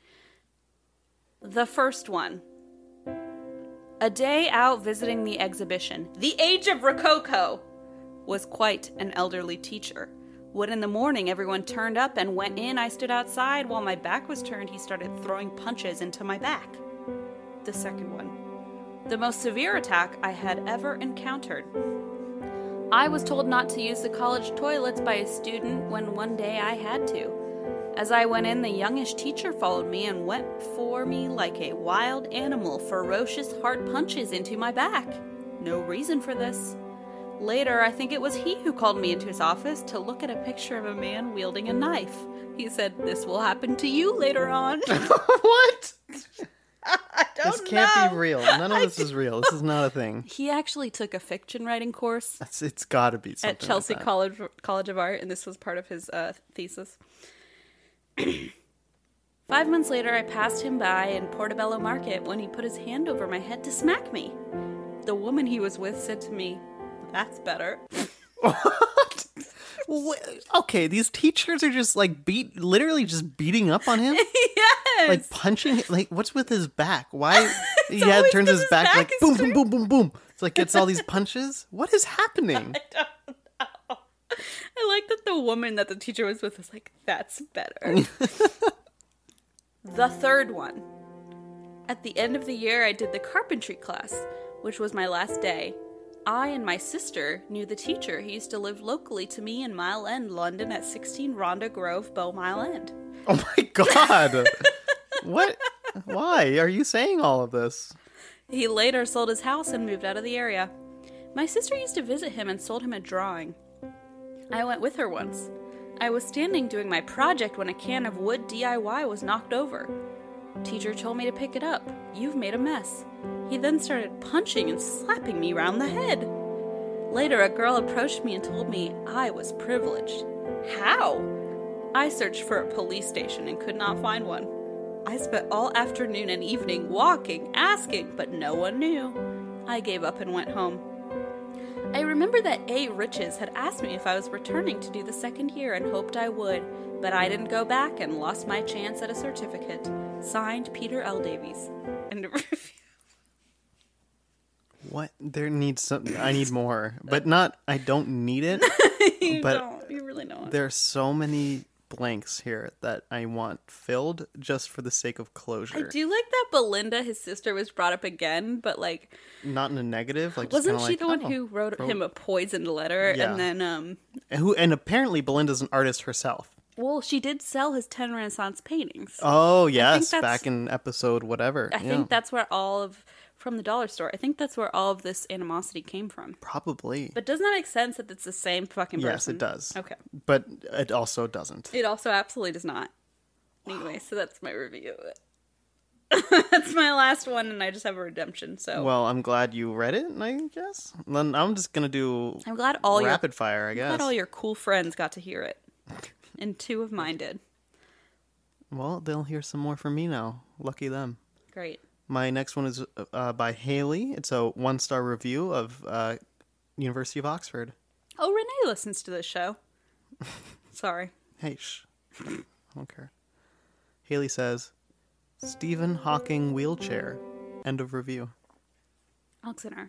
Speaker 1: The first one. A day out visiting the exhibition, The Age of Rococo. was quite an elderly teacher. When in the morning everyone turned up and went in, I stood outside. While my back was turned, he started throwing punches into my back. The second one. The most severe attack I had ever encountered. I was told not to use the college toilets by a student when one day I had to. As I went in, the youngish teacher followed me and went for me like a wild animal, ferocious hard punches into my back. No reason for this. Later, I think it was he who called me into his office to look at a picture of a man wielding a knife. He said, This will happen to you later on.
Speaker 2: what?
Speaker 1: I don't
Speaker 2: This can't
Speaker 1: know.
Speaker 2: be real. None of this is real. This is not a thing.
Speaker 1: He actually took a fiction writing course
Speaker 2: It's, it's got to be something
Speaker 1: at Chelsea
Speaker 2: Like that.
Speaker 1: College College of Art, and this was part of his uh, thesis. Five months later, I passed him by in Portobello Market when he put his hand over my head to smack me. The woman he was with said to me, "That's better."
Speaker 2: Well, wh- okay, these teachers are just like beat, literally just beating up on him,
Speaker 1: yes.
Speaker 2: like punching. Like, what's with his back? Why? yeah,
Speaker 1: always
Speaker 2: turns
Speaker 1: 'cause
Speaker 2: his
Speaker 1: his
Speaker 2: back
Speaker 1: back
Speaker 2: like
Speaker 1: is
Speaker 2: boom, boom, boom, boom, boom. It's like gets all these punches. What is happening?
Speaker 1: I like that the woman that the teacher was with was like, that's better. the third one. At the end of the year, I did the carpentry class, which was my last day. I and my sister knew the teacher. He used to live locally to me in Mile End, London, at 16 Rhonda Grove, Bow Mile End.
Speaker 2: Oh my god! what? Why are you saying all of this?
Speaker 1: He later sold his house and moved out of the area. My sister used to visit him and sold him a drawing. I went with her once. I was standing doing my project when a can of wood DIY was knocked over. Teacher told me to pick it up. You've made a mess. He then started punching and slapping me round the head. Later, a girl approached me and told me I was privileged. How? I searched for a police station and could not find one. I spent all afternoon and evening walking, asking, but no one knew. I gave up and went home. I remember that A. Riches had asked me if I was returning to do the second year and hoped I would, but I didn't go back and lost my chance at a certificate. Signed Peter L. Davies. End of review.
Speaker 2: What? There needs some. I need more, but not. I don't need it.
Speaker 1: you
Speaker 2: But-
Speaker 1: don't. You really don't.
Speaker 2: There are so many blanks here that I want filled just for the sake of
Speaker 1: I
Speaker 2: closure.
Speaker 1: do like that Belinda, his sister, was brought up again, but like,
Speaker 2: Not in a negative. Like just
Speaker 1: wasn't
Speaker 2: kinda
Speaker 1: she
Speaker 2: like,
Speaker 1: the one
Speaker 2: oh.
Speaker 1: who wrote him a poisoned letter
Speaker 2: Yeah.
Speaker 1: and then, um,
Speaker 2: And who and apparently Belinda's an artist herself.
Speaker 1: well, she did sell his 10 Renaissance paintings.
Speaker 2: Oh yes,
Speaker 1: that's-
Speaker 2: back in episode whatever.
Speaker 1: I think that's where all of from the dollar store. I think that's where all of this animosity came from.
Speaker 2: probably.
Speaker 1: But doesn't that make sense that it's the same fucking person?
Speaker 2: yes, it does.
Speaker 1: Okay.
Speaker 2: But it also doesn't.
Speaker 1: It also absolutely does not. Anyway, so that's my review. of it. that's my last one, and I just have a redemption. So
Speaker 2: Well, I'm glad you read it, I guess. Then I'm just gonna do
Speaker 1: I'm glad all your
Speaker 2: rapid fire, I guess.
Speaker 1: glad all your cool friends got to hear it, and two of mine did.
Speaker 2: Well, they'll hear some more from me now. Lucky them.
Speaker 1: Great.
Speaker 2: My next one is uh, by Haley. It's a one star review of uh, University of Oxford.
Speaker 1: Oh, Renee listens to this show. Sorry.
Speaker 2: Hey, shh. I don't care. Haley says, Stephen Hawking wheelchair. End of review.
Speaker 1: Oxenar.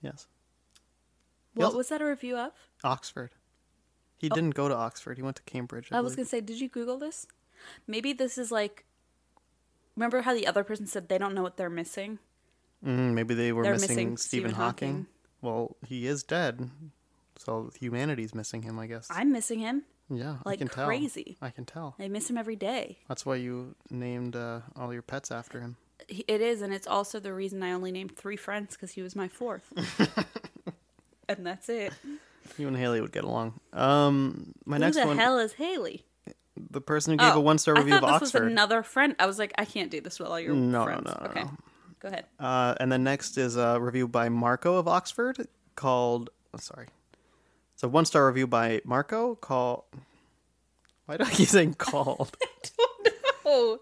Speaker 2: Yes.
Speaker 1: What
Speaker 2: also-
Speaker 1: was that a review of?
Speaker 2: Oxford. He didn't go to Oxford. He went to Cambridge. I,
Speaker 1: Oh. I was
Speaker 2: believe.
Speaker 1: gonna say, did you Google this? Maybe this is like. Remember how the other person said they don't know what they're missing?
Speaker 2: Mm, maybe they were
Speaker 1: They're
Speaker 2: missing,
Speaker 1: missing Stephen
Speaker 2: Stephen Hawking.
Speaker 1: Hawking.
Speaker 2: Well, he is dead. So humanity's missing him, I guess.
Speaker 1: I'm missing him.
Speaker 2: yeah, I
Speaker 1: like
Speaker 2: can tell.
Speaker 1: crazy.
Speaker 2: I can tell.
Speaker 1: I miss him every day.
Speaker 2: That's why you named uh, all your pets after him.
Speaker 1: He- It is, and it's also the reason I only named three friends because he was my fourth. and that's it.
Speaker 2: You and Haley would get along. Um, my next
Speaker 1: Who the
Speaker 2: one,
Speaker 1: hell is Haley? Oh,
Speaker 2: the person who gave a one star review
Speaker 1: I
Speaker 2: of
Speaker 1: thought this
Speaker 2: Oxford.
Speaker 1: was another friend. I was like, I can't do this with all your
Speaker 2: No,
Speaker 1: friends.
Speaker 2: no, no,
Speaker 1: okay,
Speaker 2: no.
Speaker 1: go ahead.
Speaker 2: Uh, and then next is a review by Marco of Oxford called. oh, sorry. It's a one star review by Marco called. Why do I keep saying called?
Speaker 1: Oh,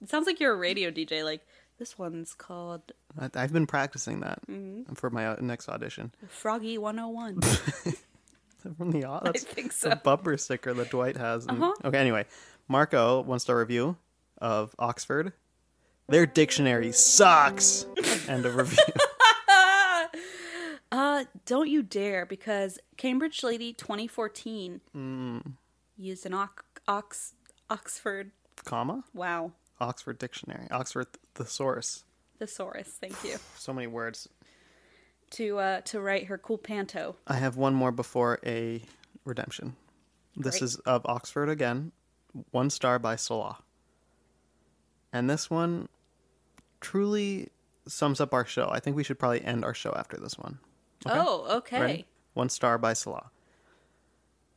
Speaker 1: it sounds like you're a radio DJ. Like this one's called
Speaker 2: I- I've been practicing that
Speaker 1: Mm-hmm.
Speaker 2: for my uh, next audition.
Speaker 1: Froggy 101.
Speaker 2: From the au- that's
Speaker 1: think
Speaker 2: it's a
Speaker 1: so.
Speaker 2: bumper sticker that Dwight has. and-
Speaker 1: Uh-huh.
Speaker 2: Okay, anyway, Marco one star review of Oxford. Their dictionary sucks. End of review.
Speaker 1: Uh, don't you dare, because Cambridge Lady 2014 used an Oc- Ox- Oxford.
Speaker 2: Comma?
Speaker 1: Wow.
Speaker 2: Oxford Dictionary. Oxford Thesaurus.
Speaker 1: Thesaurus, thank you.
Speaker 2: So many words.
Speaker 1: To uh, to write her cool panto.
Speaker 2: I have one more before a redemption. This
Speaker 1: Great.
Speaker 2: is of Oxford again, one star by Sola. And this one truly sums up our show. I think we should probably end our show after this one.
Speaker 1: Oh, okay.
Speaker 2: Ready? One star by Salah.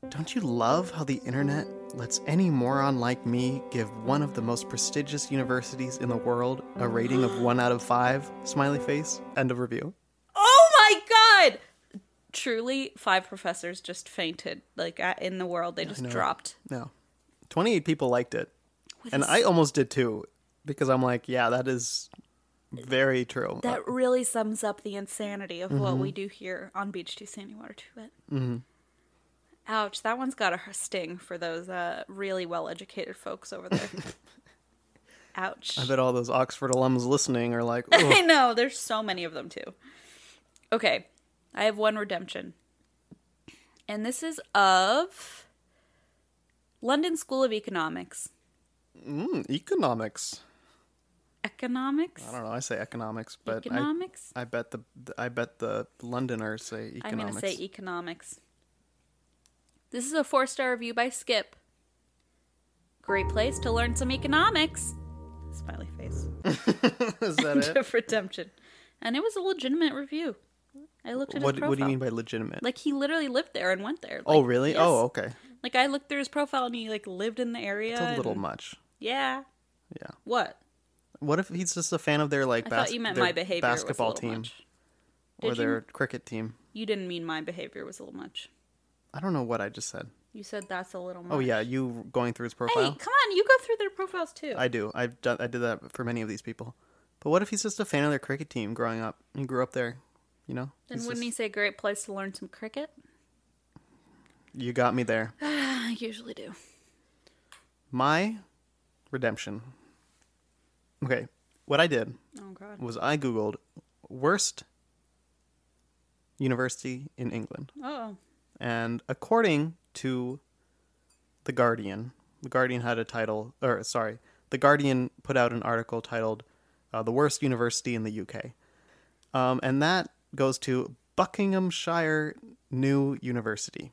Speaker 2: Don't you love how the internet lets any moron like me give one of the most prestigious universities in the world a rating of one out of five? Smiley face. End of review.
Speaker 1: Oh my god! Truly, five professors just fainted. Like uh, in the world, they just
Speaker 2: know.
Speaker 1: dropped.
Speaker 2: No. 28 people liked it.
Speaker 1: With
Speaker 2: And
Speaker 1: a
Speaker 2: I
Speaker 1: s-
Speaker 2: almost did too, because I'm like, yeah, that is very true.
Speaker 1: that really sums up the insanity of what
Speaker 2: Mm-hmm.
Speaker 1: we do here on Beach to Sandy Water Two Wet. Mm-hmm. Ouch! That one's got a h- sting for those uh, really well-educated folks over there. Ouch!
Speaker 2: I bet all those Oxford alums listening are like,
Speaker 1: I
Speaker 2: "Ugh."
Speaker 1: know. There's so many of them too. Okay, I have one redemption, and this is of London School of Economics.
Speaker 2: mm, economics.
Speaker 1: Economics.
Speaker 2: I don't know. I say economics, but I,
Speaker 1: economics.
Speaker 2: I bet the I bet the Londoners say economics.
Speaker 1: I, am going to say e- economics. This is a four star review by Skip. Great place to learn some economics. Smiley face.
Speaker 2: Is that it?
Speaker 1: of redemption. And it was a legitimate review. I looked at
Speaker 2: What,
Speaker 1: his profile.
Speaker 2: what do you mean by legitimate?
Speaker 1: Like he literally lived there and went there.
Speaker 2: oh,
Speaker 1: Like,
Speaker 2: really?
Speaker 1: yes.
Speaker 2: Oh, okay.
Speaker 1: Like I looked through his profile and he like lived in the area.
Speaker 2: It's a little
Speaker 1: and-
Speaker 2: much.
Speaker 1: Yeah.
Speaker 2: Yeah.
Speaker 1: What?
Speaker 2: What if he's just a fan of their like
Speaker 1: I
Speaker 2: bas-
Speaker 1: thought you meant
Speaker 2: their
Speaker 1: my behavior
Speaker 2: basketball
Speaker 1: was a little
Speaker 2: team
Speaker 1: much.
Speaker 2: or
Speaker 1: Did you-
Speaker 2: their cricket team?
Speaker 1: You didn't mean my behavior was a little much.
Speaker 2: I don't know what I just said.
Speaker 1: You said that's a little much.
Speaker 2: Oh yeah, you going through his
Speaker 1: Hey,
Speaker 2: profile?
Speaker 1: come on, you go through their profiles too.
Speaker 2: I do. I've done. I did that for many of these people. But what if he's just a fan of their cricket team growing up? He grew up there, you know.
Speaker 1: Then
Speaker 2: He's
Speaker 1: wouldn't he
Speaker 2: just,
Speaker 1: say a great place to learn some cricket?
Speaker 2: You got me there.
Speaker 1: I usually do.
Speaker 2: My redemption. Okay, what I did
Speaker 1: Oh god.
Speaker 2: was I googled worst university in England.
Speaker 1: Oh.
Speaker 2: And according to The Guardian, The Guardian had a title, or sorry, The Guardian put out an article titled uh, The Worst University in the UK. Um, and that goes to Buckinghamshire New University.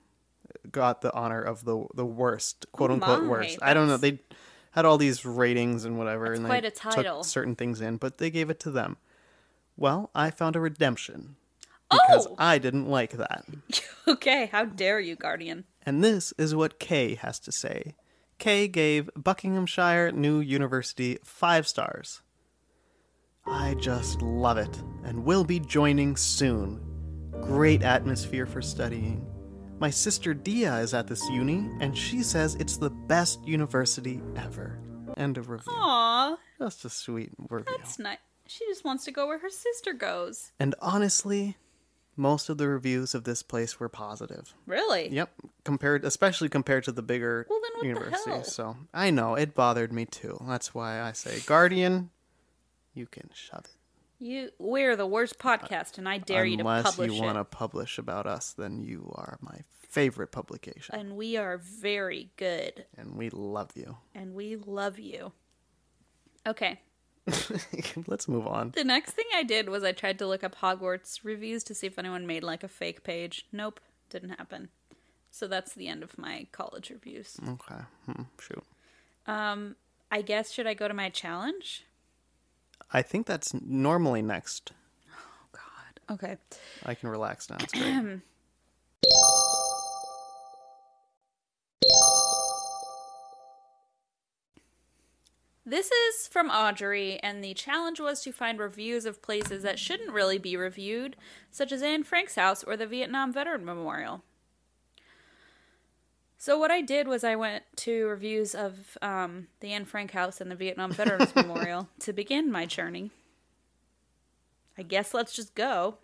Speaker 2: Got the honor of the the worst, quote unquote
Speaker 1: my,
Speaker 2: worst. I don't know.
Speaker 1: that's-
Speaker 2: They had all these ratings and whatever, and
Speaker 1: quite
Speaker 2: they
Speaker 1: a title.
Speaker 2: took certain things in, but they gave it to them. Well, I found a redemption because
Speaker 1: Oh!
Speaker 2: I didn't like that.
Speaker 1: okay, how dare you, Guardian?
Speaker 2: And this is what Kay has to say. Kay gave Buckinghamshire New University five stars. I just love it and will be joining soon. Great atmosphere for studying. My sister Dia is at this uni and she says it's the best university ever. End of review.
Speaker 1: Aw,
Speaker 2: Just a sweet review.
Speaker 1: that's nice. She just wants to go where her sister goes.
Speaker 2: And honestly, most of the reviews of this place were positive.
Speaker 1: Really?
Speaker 2: Yep, compared especially compared to the bigger
Speaker 1: Well, then what the
Speaker 2: universities.
Speaker 1: hell?
Speaker 2: So I know it bothered me too. That's why I say Guardian, you can shove it.
Speaker 1: You we're the worst podcast and I dare you to
Speaker 2: Unless
Speaker 1: publish
Speaker 2: you want to
Speaker 1: it.
Speaker 2: publish about us, then you are my favorite publication,
Speaker 1: And we are very good
Speaker 2: and we love you.
Speaker 1: and we love you. Okay.
Speaker 2: Let's move on.
Speaker 1: The next thing I did was I tried to look up Hogwarts reviews to see if anyone made like a fake page. Nope, didn't happen. So that's the end of my college reviews.
Speaker 2: Okay, hmm, shoot.
Speaker 1: Um, I guess should I go to my challenge?
Speaker 2: I think that's normally next.
Speaker 1: Oh, God. Okay.
Speaker 2: I can relax now. It's great.
Speaker 1: This is from Audrey, and the challenge was to find reviews of places that shouldn't really be reviewed, such as Anne Frank's house or the Vietnam Veteran Memorial. So what I did was I went to reviews of um, the Anne Frank house and the Vietnam Veterans Memorial to begin my journey. I guess let's just go.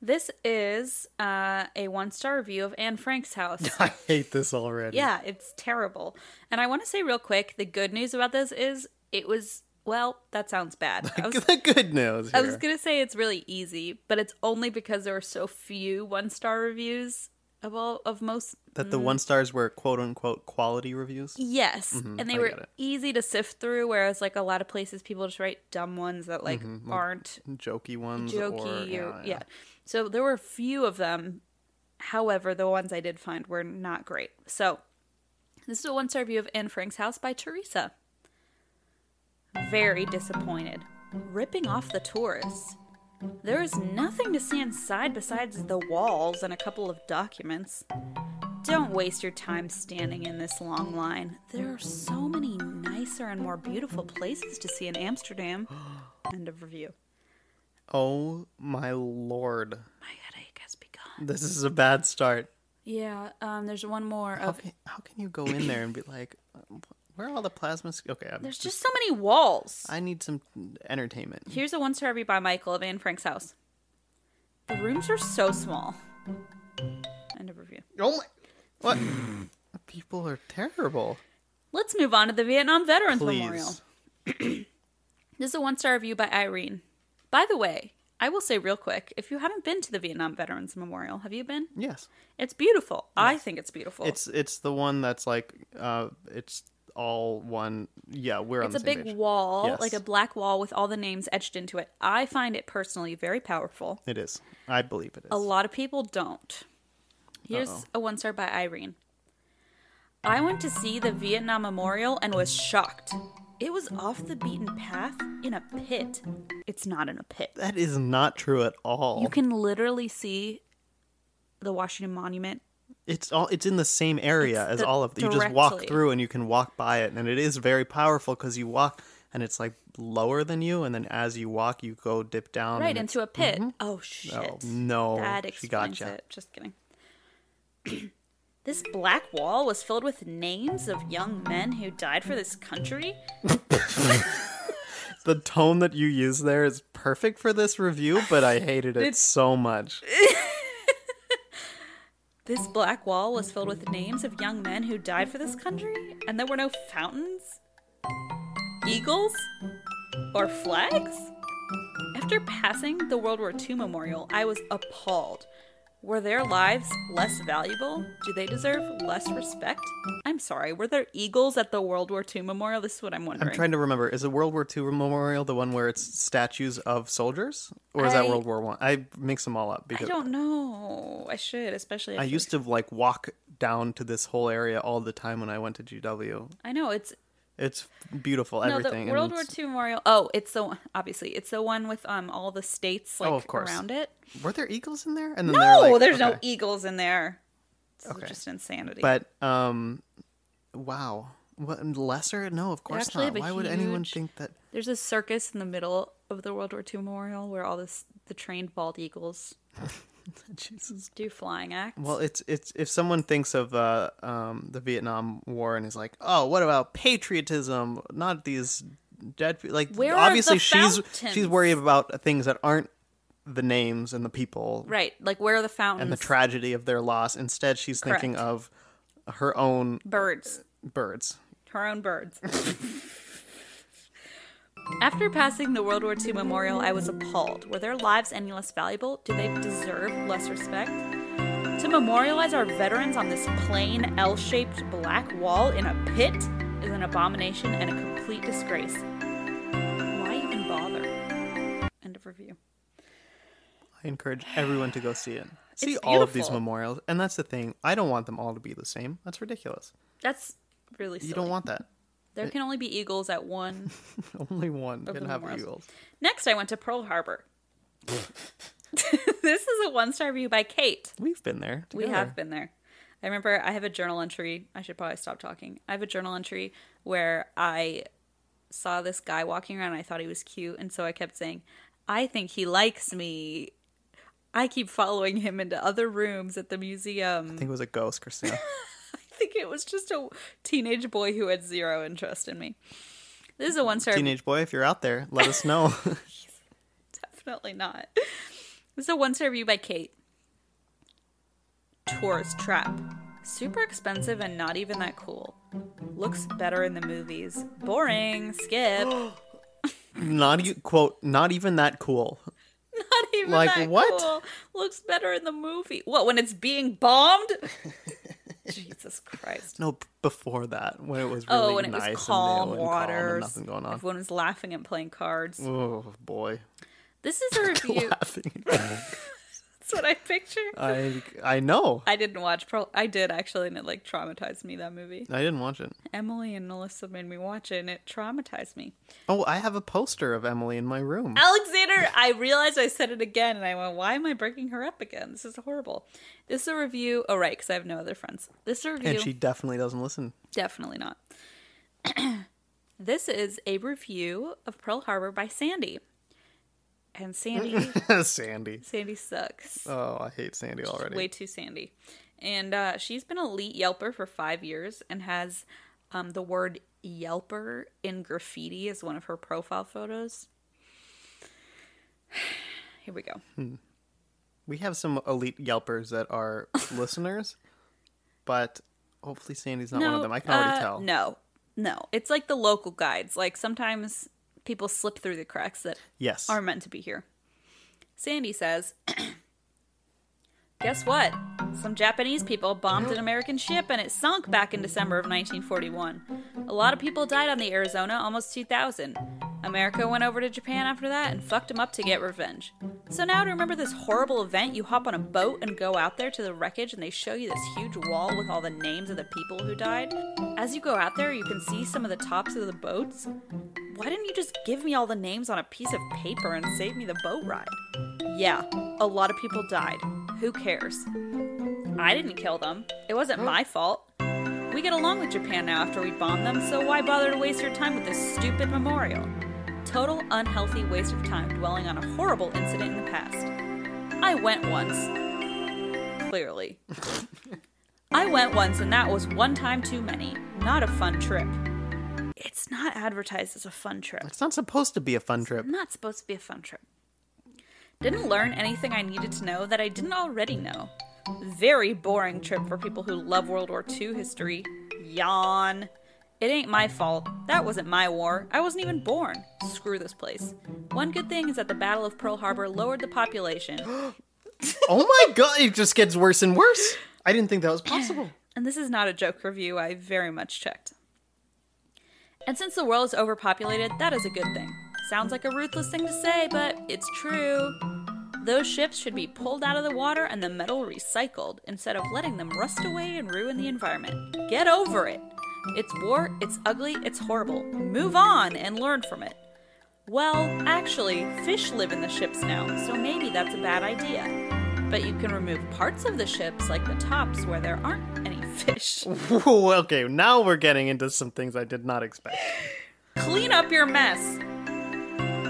Speaker 1: This is uh, a one-star review of Anne Frank's house.
Speaker 2: I hate this already.
Speaker 1: Yeah, it's terrible. And I want to say real quick, the good news about this is it was Well, that sounds bad. I was,
Speaker 2: the good news.
Speaker 1: I was
Speaker 2: here.
Speaker 1: going to say it's really easy, but it's only because there were so few one star reviews of all of most.
Speaker 2: that the one stars were quote unquote quality reviews.
Speaker 1: Yes, and they
Speaker 2: Mm-hmm, I
Speaker 1: were
Speaker 2: get it.
Speaker 1: easy to sift through, whereas like a lot of places people just write dumb ones that like
Speaker 2: Mm-hmm,
Speaker 1: aren't
Speaker 2: Jokey ones.
Speaker 1: jokey
Speaker 2: or,
Speaker 1: or, yeah, So there were a few of them. However, the ones I did find were not great. So this is a one star review of Anne Frank's house by Teresa. Very disappointed. Ripping off the tourists. There is nothing to see inside besides the walls and a couple of documents. Don't waste your time standing in this long line. There are so many nicer and more beautiful places to see in Amsterdam. End of review.
Speaker 2: Oh my lord.
Speaker 1: My headache has begun.
Speaker 2: This is a bad start.
Speaker 1: Yeah, um, there's one more
Speaker 2: How
Speaker 1: of.
Speaker 2: can, how can you go in there and be like, um, where are all the plasmas? Okay, I'm
Speaker 1: There's just so many walls.
Speaker 2: I need some entertainment.
Speaker 1: Here's a one star review by Michael of Anne Frank's house. The rooms are so small. End of review.
Speaker 2: Oh my. What? People are terrible.
Speaker 1: Let's move on to the Vietnam Veterans
Speaker 2: Please.
Speaker 1: Memorial. This is a one star review by Irene. By the way, I will say real quick if you haven't been to the Vietnam Veterans Memorial, have you been?
Speaker 2: Yes.
Speaker 1: It's beautiful. I think it's beautiful.
Speaker 2: It's it's the one that's like uh it's all one. Yeah, we're on
Speaker 1: It's
Speaker 2: the
Speaker 1: a
Speaker 2: same
Speaker 1: big
Speaker 2: page.
Speaker 1: wall,
Speaker 2: Yes.
Speaker 1: like a black wall with all the names etched into it. I find it personally very powerful.
Speaker 2: It is. I believe it is.
Speaker 1: A lot of people don't. Here's
Speaker 2: Uh-oh.
Speaker 1: a one star by Irene. I went to see the Vietnam Memorial and was shocked. It was off the beaten path in a pit. It's not in a pit.
Speaker 2: That is not true at all.
Speaker 1: You can literally see the Washington Monument.
Speaker 2: It's all it's in the same area
Speaker 1: It's
Speaker 2: as
Speaker 1: the-
Speaker 2: all of you just walk
Speaker 1: directly.
Speaker 2: through and you can walk by it and it is very powerful cuz you walk and it's like lower than you and then as you walk you go dip down
Speaker 1: Right
Speaker 2: and
Speaker 1: into a pit. Oh, shit.
Speaker 2: Oh, no.
Speaker 1: That
Speaker 2: She
Speaker 1: explains
Speaker 2: gotcha.
Speaker 1: it. Just kidding. this black wall was filled with names of young men who died for this country.
Speaker 2: it's- the tone that you use there is perfect for this review but I hated it so much.
Speaker 1: This black wall was filled with names of young men who died for this country, and there were no fountains, eagles, or flags? After passing the World War II memorial, I was appalled. Were their lives less valuable? Do they deserve less respect? I'm sorry, were there eagles at the World War II memorial? This is what I'm wondering.
Speaker 2: I'm trying to remember is the World War II memorial the one where it's statues of soldiers or is
Speaker 1: I-
Speaker 2: that World War 1? I? mix them all up
Speaker 1: I
Speaker 2: because
Speaker 1: don't know. I should, especially.
Speaker 2: I
Speaker 1: after-
Speaker 2: used to like walk down to this whole area all the time when I went to GW.
Speaker 1: I know it's
Speaker 2: It's beautiful everything.
Speaker 1: No, the
Speaker 2: and
Speaker 1: World War
Speaker 2: it's-
Speaker 1: II memorial. Oh, it's the one- obviously it's the one with um all the states like
Speaker 2: Oh, of course.
Speaker 1: around it.
Speaker 2: Were there eagles in there? And then
Speaker 1: No,
Speaker 2: they're like,
Speaker 1: there's no e-
Speaker 2: okay.
Speaker 1: eagles in there. It's
Speaker 2: Okay.
Speaker 1: just insanity.
Speaker 2: But um, wow, what lesser? No, of course
Speaker 1: actually have
Speaker 2: not.
Speaker 1: a
Speaker 2: Why would anyone
Speaker 1: huge-
Speaker 2: think that?
Speaker 1: there's a circus in the middle of the World War II memorial where all this the trained bald eagles
Speaker 2: Jesus.
Speaker 1: do flying acts.
Speaker 2: Well, it's it's if someone thinks of uh, um, the Vietnam War and is like, oh, what about patriotism? Not these dead people. Like,
Speaker 1: Where are the
Speaker 2: obviously she's she's
Speaker 1: fountains?
Speaker 2: worried about things that aren't the names and the people
Speaker 1: right, like where are the fountains?
Speaker 2: and the tragedy of their loss. Instead, she's thinking
Speaker 1: Correct.
Speaker 2: of her own
Speaker 1: birds.
Speaker 2: birds.
Speaker 1: her own birds. After passing the World War II memorial, I was appalled. Were their lives any less valuable? Do they deserve less respect? To memorialize our veterans on this plain, L shaped black wall in a pit is an abomination and a complete disgrace. Why even bother? End of review.
Speaker 2: I encourage everyone to go see it. See all of these
Speaker 1: beautiful.
Speaker 2: memorials, and that's the thing. I don't want them all to be the same. That's ridiculous.
Speaker 1: That's really silly.
Speaker 2: You don't want that.
Speaker 1: there can only be eagles at one.
Speaker 2: Only one
Speaker 1: the
Speaker 2: can have
Speaker 1: memorials.
Speaker 2: eagles.
Speaker 1: Next, I went to Pearl Harbor. this is a one star review by Kate.
Speaker 2: We've been there.
Speaker 1: We
Speaker 2: together.
Speaker 1: have been there. I remember I have a journal entry. I should probably stop talking. I have a journal entry where I saw this guy walking around. And I thought he was cute. And so I kept saying, I think he likes me. I keep following him into other rooms at the museum.
Speaker 2: I think it was a ghost, Christina.
Speaker 1: I think it was just a teenage boy who had zero interest in me. This is a one star
Speaker 2: Teenage boy, if you're out there, let us know.
Speaker 1: Definitely not. This is a one star review by Kate. Tourist trap. Super expensive and not even that cool. Looks better in the movies. Boring. Skip.
Speaker 2: Not e- quote, not even that cool.
Speaker 1: Not even
Speaker 2: Like,
Speaker 1: that
Speaker 2: what?
Speaker 1: cool. Looks better in the movie. What when it's being bombed? Jesus Christ!
Speaker 2: No, b- before that, when it was really
Speaker 1: oh, and it
Speaker 2: nice
Speaker 1: was calm
Speaker 2: and new
Speaker 1: waters.
Speaker 2: and calm and nothing
Speaker 1: Everyone was laughing and playing cards.
Speaker 2: going on. Oh boy,
Speaker 1: This is a review.
Speaker 2: laughing.
Speaker 1: That's what I picture.
Speaker 2: I I know.
Speaker 1: I didn't watch Pro. I did actually, and it like traumatized me. That movie.
Speaker 2: I didn't watch it.
Speaker 1: Emily and Melissa made me watch it, and it traumatized me.
Speaker 2: Oh, I have a poster of Emily in my room.
Speaker 1: Alexander, I realized I said it again, and I went, "Why am I breaking her up again? This is horrible." This is a review. Oh right, because I have no other friends. This is a review.
Speaker 2: And she definitely doesn't listen.
Speaker 1: Definitely not. this is a review of Pearl Harbor by Sandy. And Sandy,
Speaker 2: Sandy.
Speaker 1: Sandy sucks.
Speaker 2: Oh, I hate Sandy already.
Speaker 1: Way too Sandy. And uh, she's been a elite Yelper for five years and has um, the word Yelper in graffiti as one of her profile photos. Here we go.
Speaker 2: We have some elite Yelpers that are listeners, but hopefully Sandy's not one of them. I can already
Speaker 1: uh,
Speaker 2: tell.
Speaker 1: No, no. It's like the local guides. Like sometimes people slip through the cracks that
Speaker 2: Yes.
Speaker 1: are meant to be here. Sandy says, Guess what? Some Japanese people bombed an American ship and it sunk back in December of 1941. A lot of people died on the Arizona, almost 2,000. America went over to Japan after that and fucked them up to get revenge. So now to remember this horrible event, you hop on a boat and go out there to the wreckage and they show you this huge wall with all the names of the people who died. As you go out there, you can see some of the tops of the boats. Why didn't you just give me all the names on a piece of paper and save me the boat ride? Yeah, a lot of people died. Who cares? I didn't kill them. It wasn't my fault. We get along with Japan now after we bombed them, so why bother to waste your time with this stupid memorial? Total unhealthy waste of time dwelling on a horrible incident in the past. I went once. Clearly. I went once, and that was one time too many. Not a fun trip. It's not advertised as a fun trip.
Speaker 2: It's not supposed to be a fun trip.
Speaker 1: Not supposed to be a fun trip. Didn't learn anything I needed to know that I didn't already know. Very boring trip for people who love World War II history. Yawn. It ain't my fault. That wasn't my war. I wasn't even born. Screw this place. One good thing is that the Battle of Pearl Harbor lowered the population.
Speaker 2: Oh my god, it just gets worse and worse. I didn't think that was possible.
Speaker 1: and this is not a joke review, I very much checked. And since the world is overpopulated, that is a good thing. Sounds like a ruthless thing to say, but it's true. Those ships should be pulled out of the water and the metal recycled instead of letting them rust away and ruin the environment. Get over it! It's war, it's ugly, it's horrible. Move on and learn from it. Well, actually, fish live in the ships now, so maybe that's a bad idea. But you can remove parts of the ships, like the tops, where there aren't any fish.
Speaker 2: Whoa, okay, now we're getting into some things I did not expect.
Speaker 1: Clean up your mess.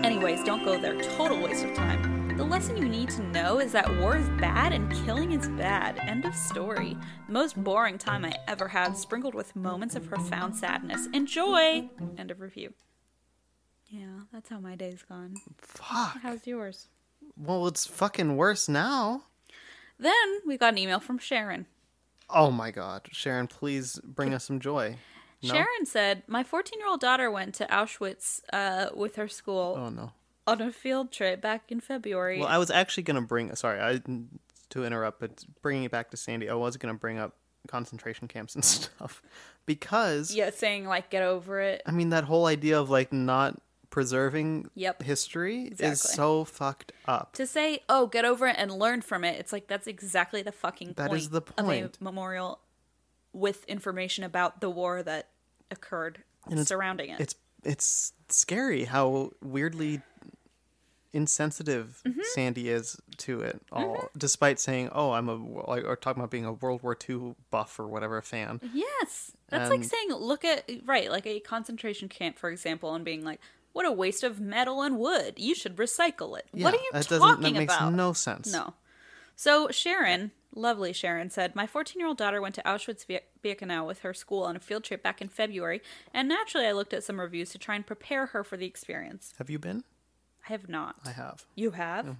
Speaker 1: Anyways, don't go there. Total waste of time. The lesson you need to know is that war is bad and killing is bad. End of story. Most boring time I ever had, sprinkled with moments of profound sadness. Enjoy! End of review. Yeah, that's how my day's gone.
Speaker 2: Fuck.
Speaker 1: How's yours?
Speaker 2: Well, it's fucking worse now.
Speaker 1: Then we got an email from Sharon.
Speaker 2: Oh my god. Sharon, please bring us some joy. No?
Speaker 1: Sharon said, My 14 year old daughter went to Auschwitz uh, with her school
Speaker 2: Oh no.
Speaker 1: on a field trip back in February.
Speaker 2: Well, I was actually going to bring. Sorry, I to interrupt, but bringing it back to Sandy, I was going to bring up concentration camps and stuff because
Speaker 1: yeah, saying, like, get over it.
Speaker 2: I mean that whole idea of like not preserving
Speaker 1: Yep.
Speaker 2: history is
Speaker 1: Exactly.
Speaker 2: so fucked up.
Speaker 1: To say, oh, get over it and learn from it, it's like that's exactly the fucking
Speaker 2: That
Speaker 1: point.
Speaker 2: is the
Speaker 1: Of
Speaker 2: point.
Speaker 1: a memorial with information about the war that occurred
Speaker 2: it's-
Speaker 1: surrounding it.
Speaker 2: It's it's scary how weirdly insensitive
Speaker 1: Mm-hmm.
Speaker 2: Sandy is to it all, despite saying, "Oh, I'm a like," or talking about being a World War II buff or whatever fan.
Speaker 1: Yes. That's like
Speaker 2: And-
Speaker 1: saying, look at, right, like a concentration camp, for example, and being like, what a waste of metal and wood. You should recycle it. what are
Speaker 2: Yeah,
Speaker 1: you
Speaker 2: that doesn't-
Speaker 1: talking
Speaker 2: That makes
Speaker 1: about?
Speaker 2: no sense.
Speaker 1: No. So Sharon, lovely Sharon, said, My 14 year old daughter went to Auschwitz Bie- Birkenau with her school on a field trip back in February, and naturally I looked at some reviews to try and prepare her for the experience.
Speaker 2: Have you been?
Speaker 1: I have not.
Speaker 2: I have.
Speaker 1: You have?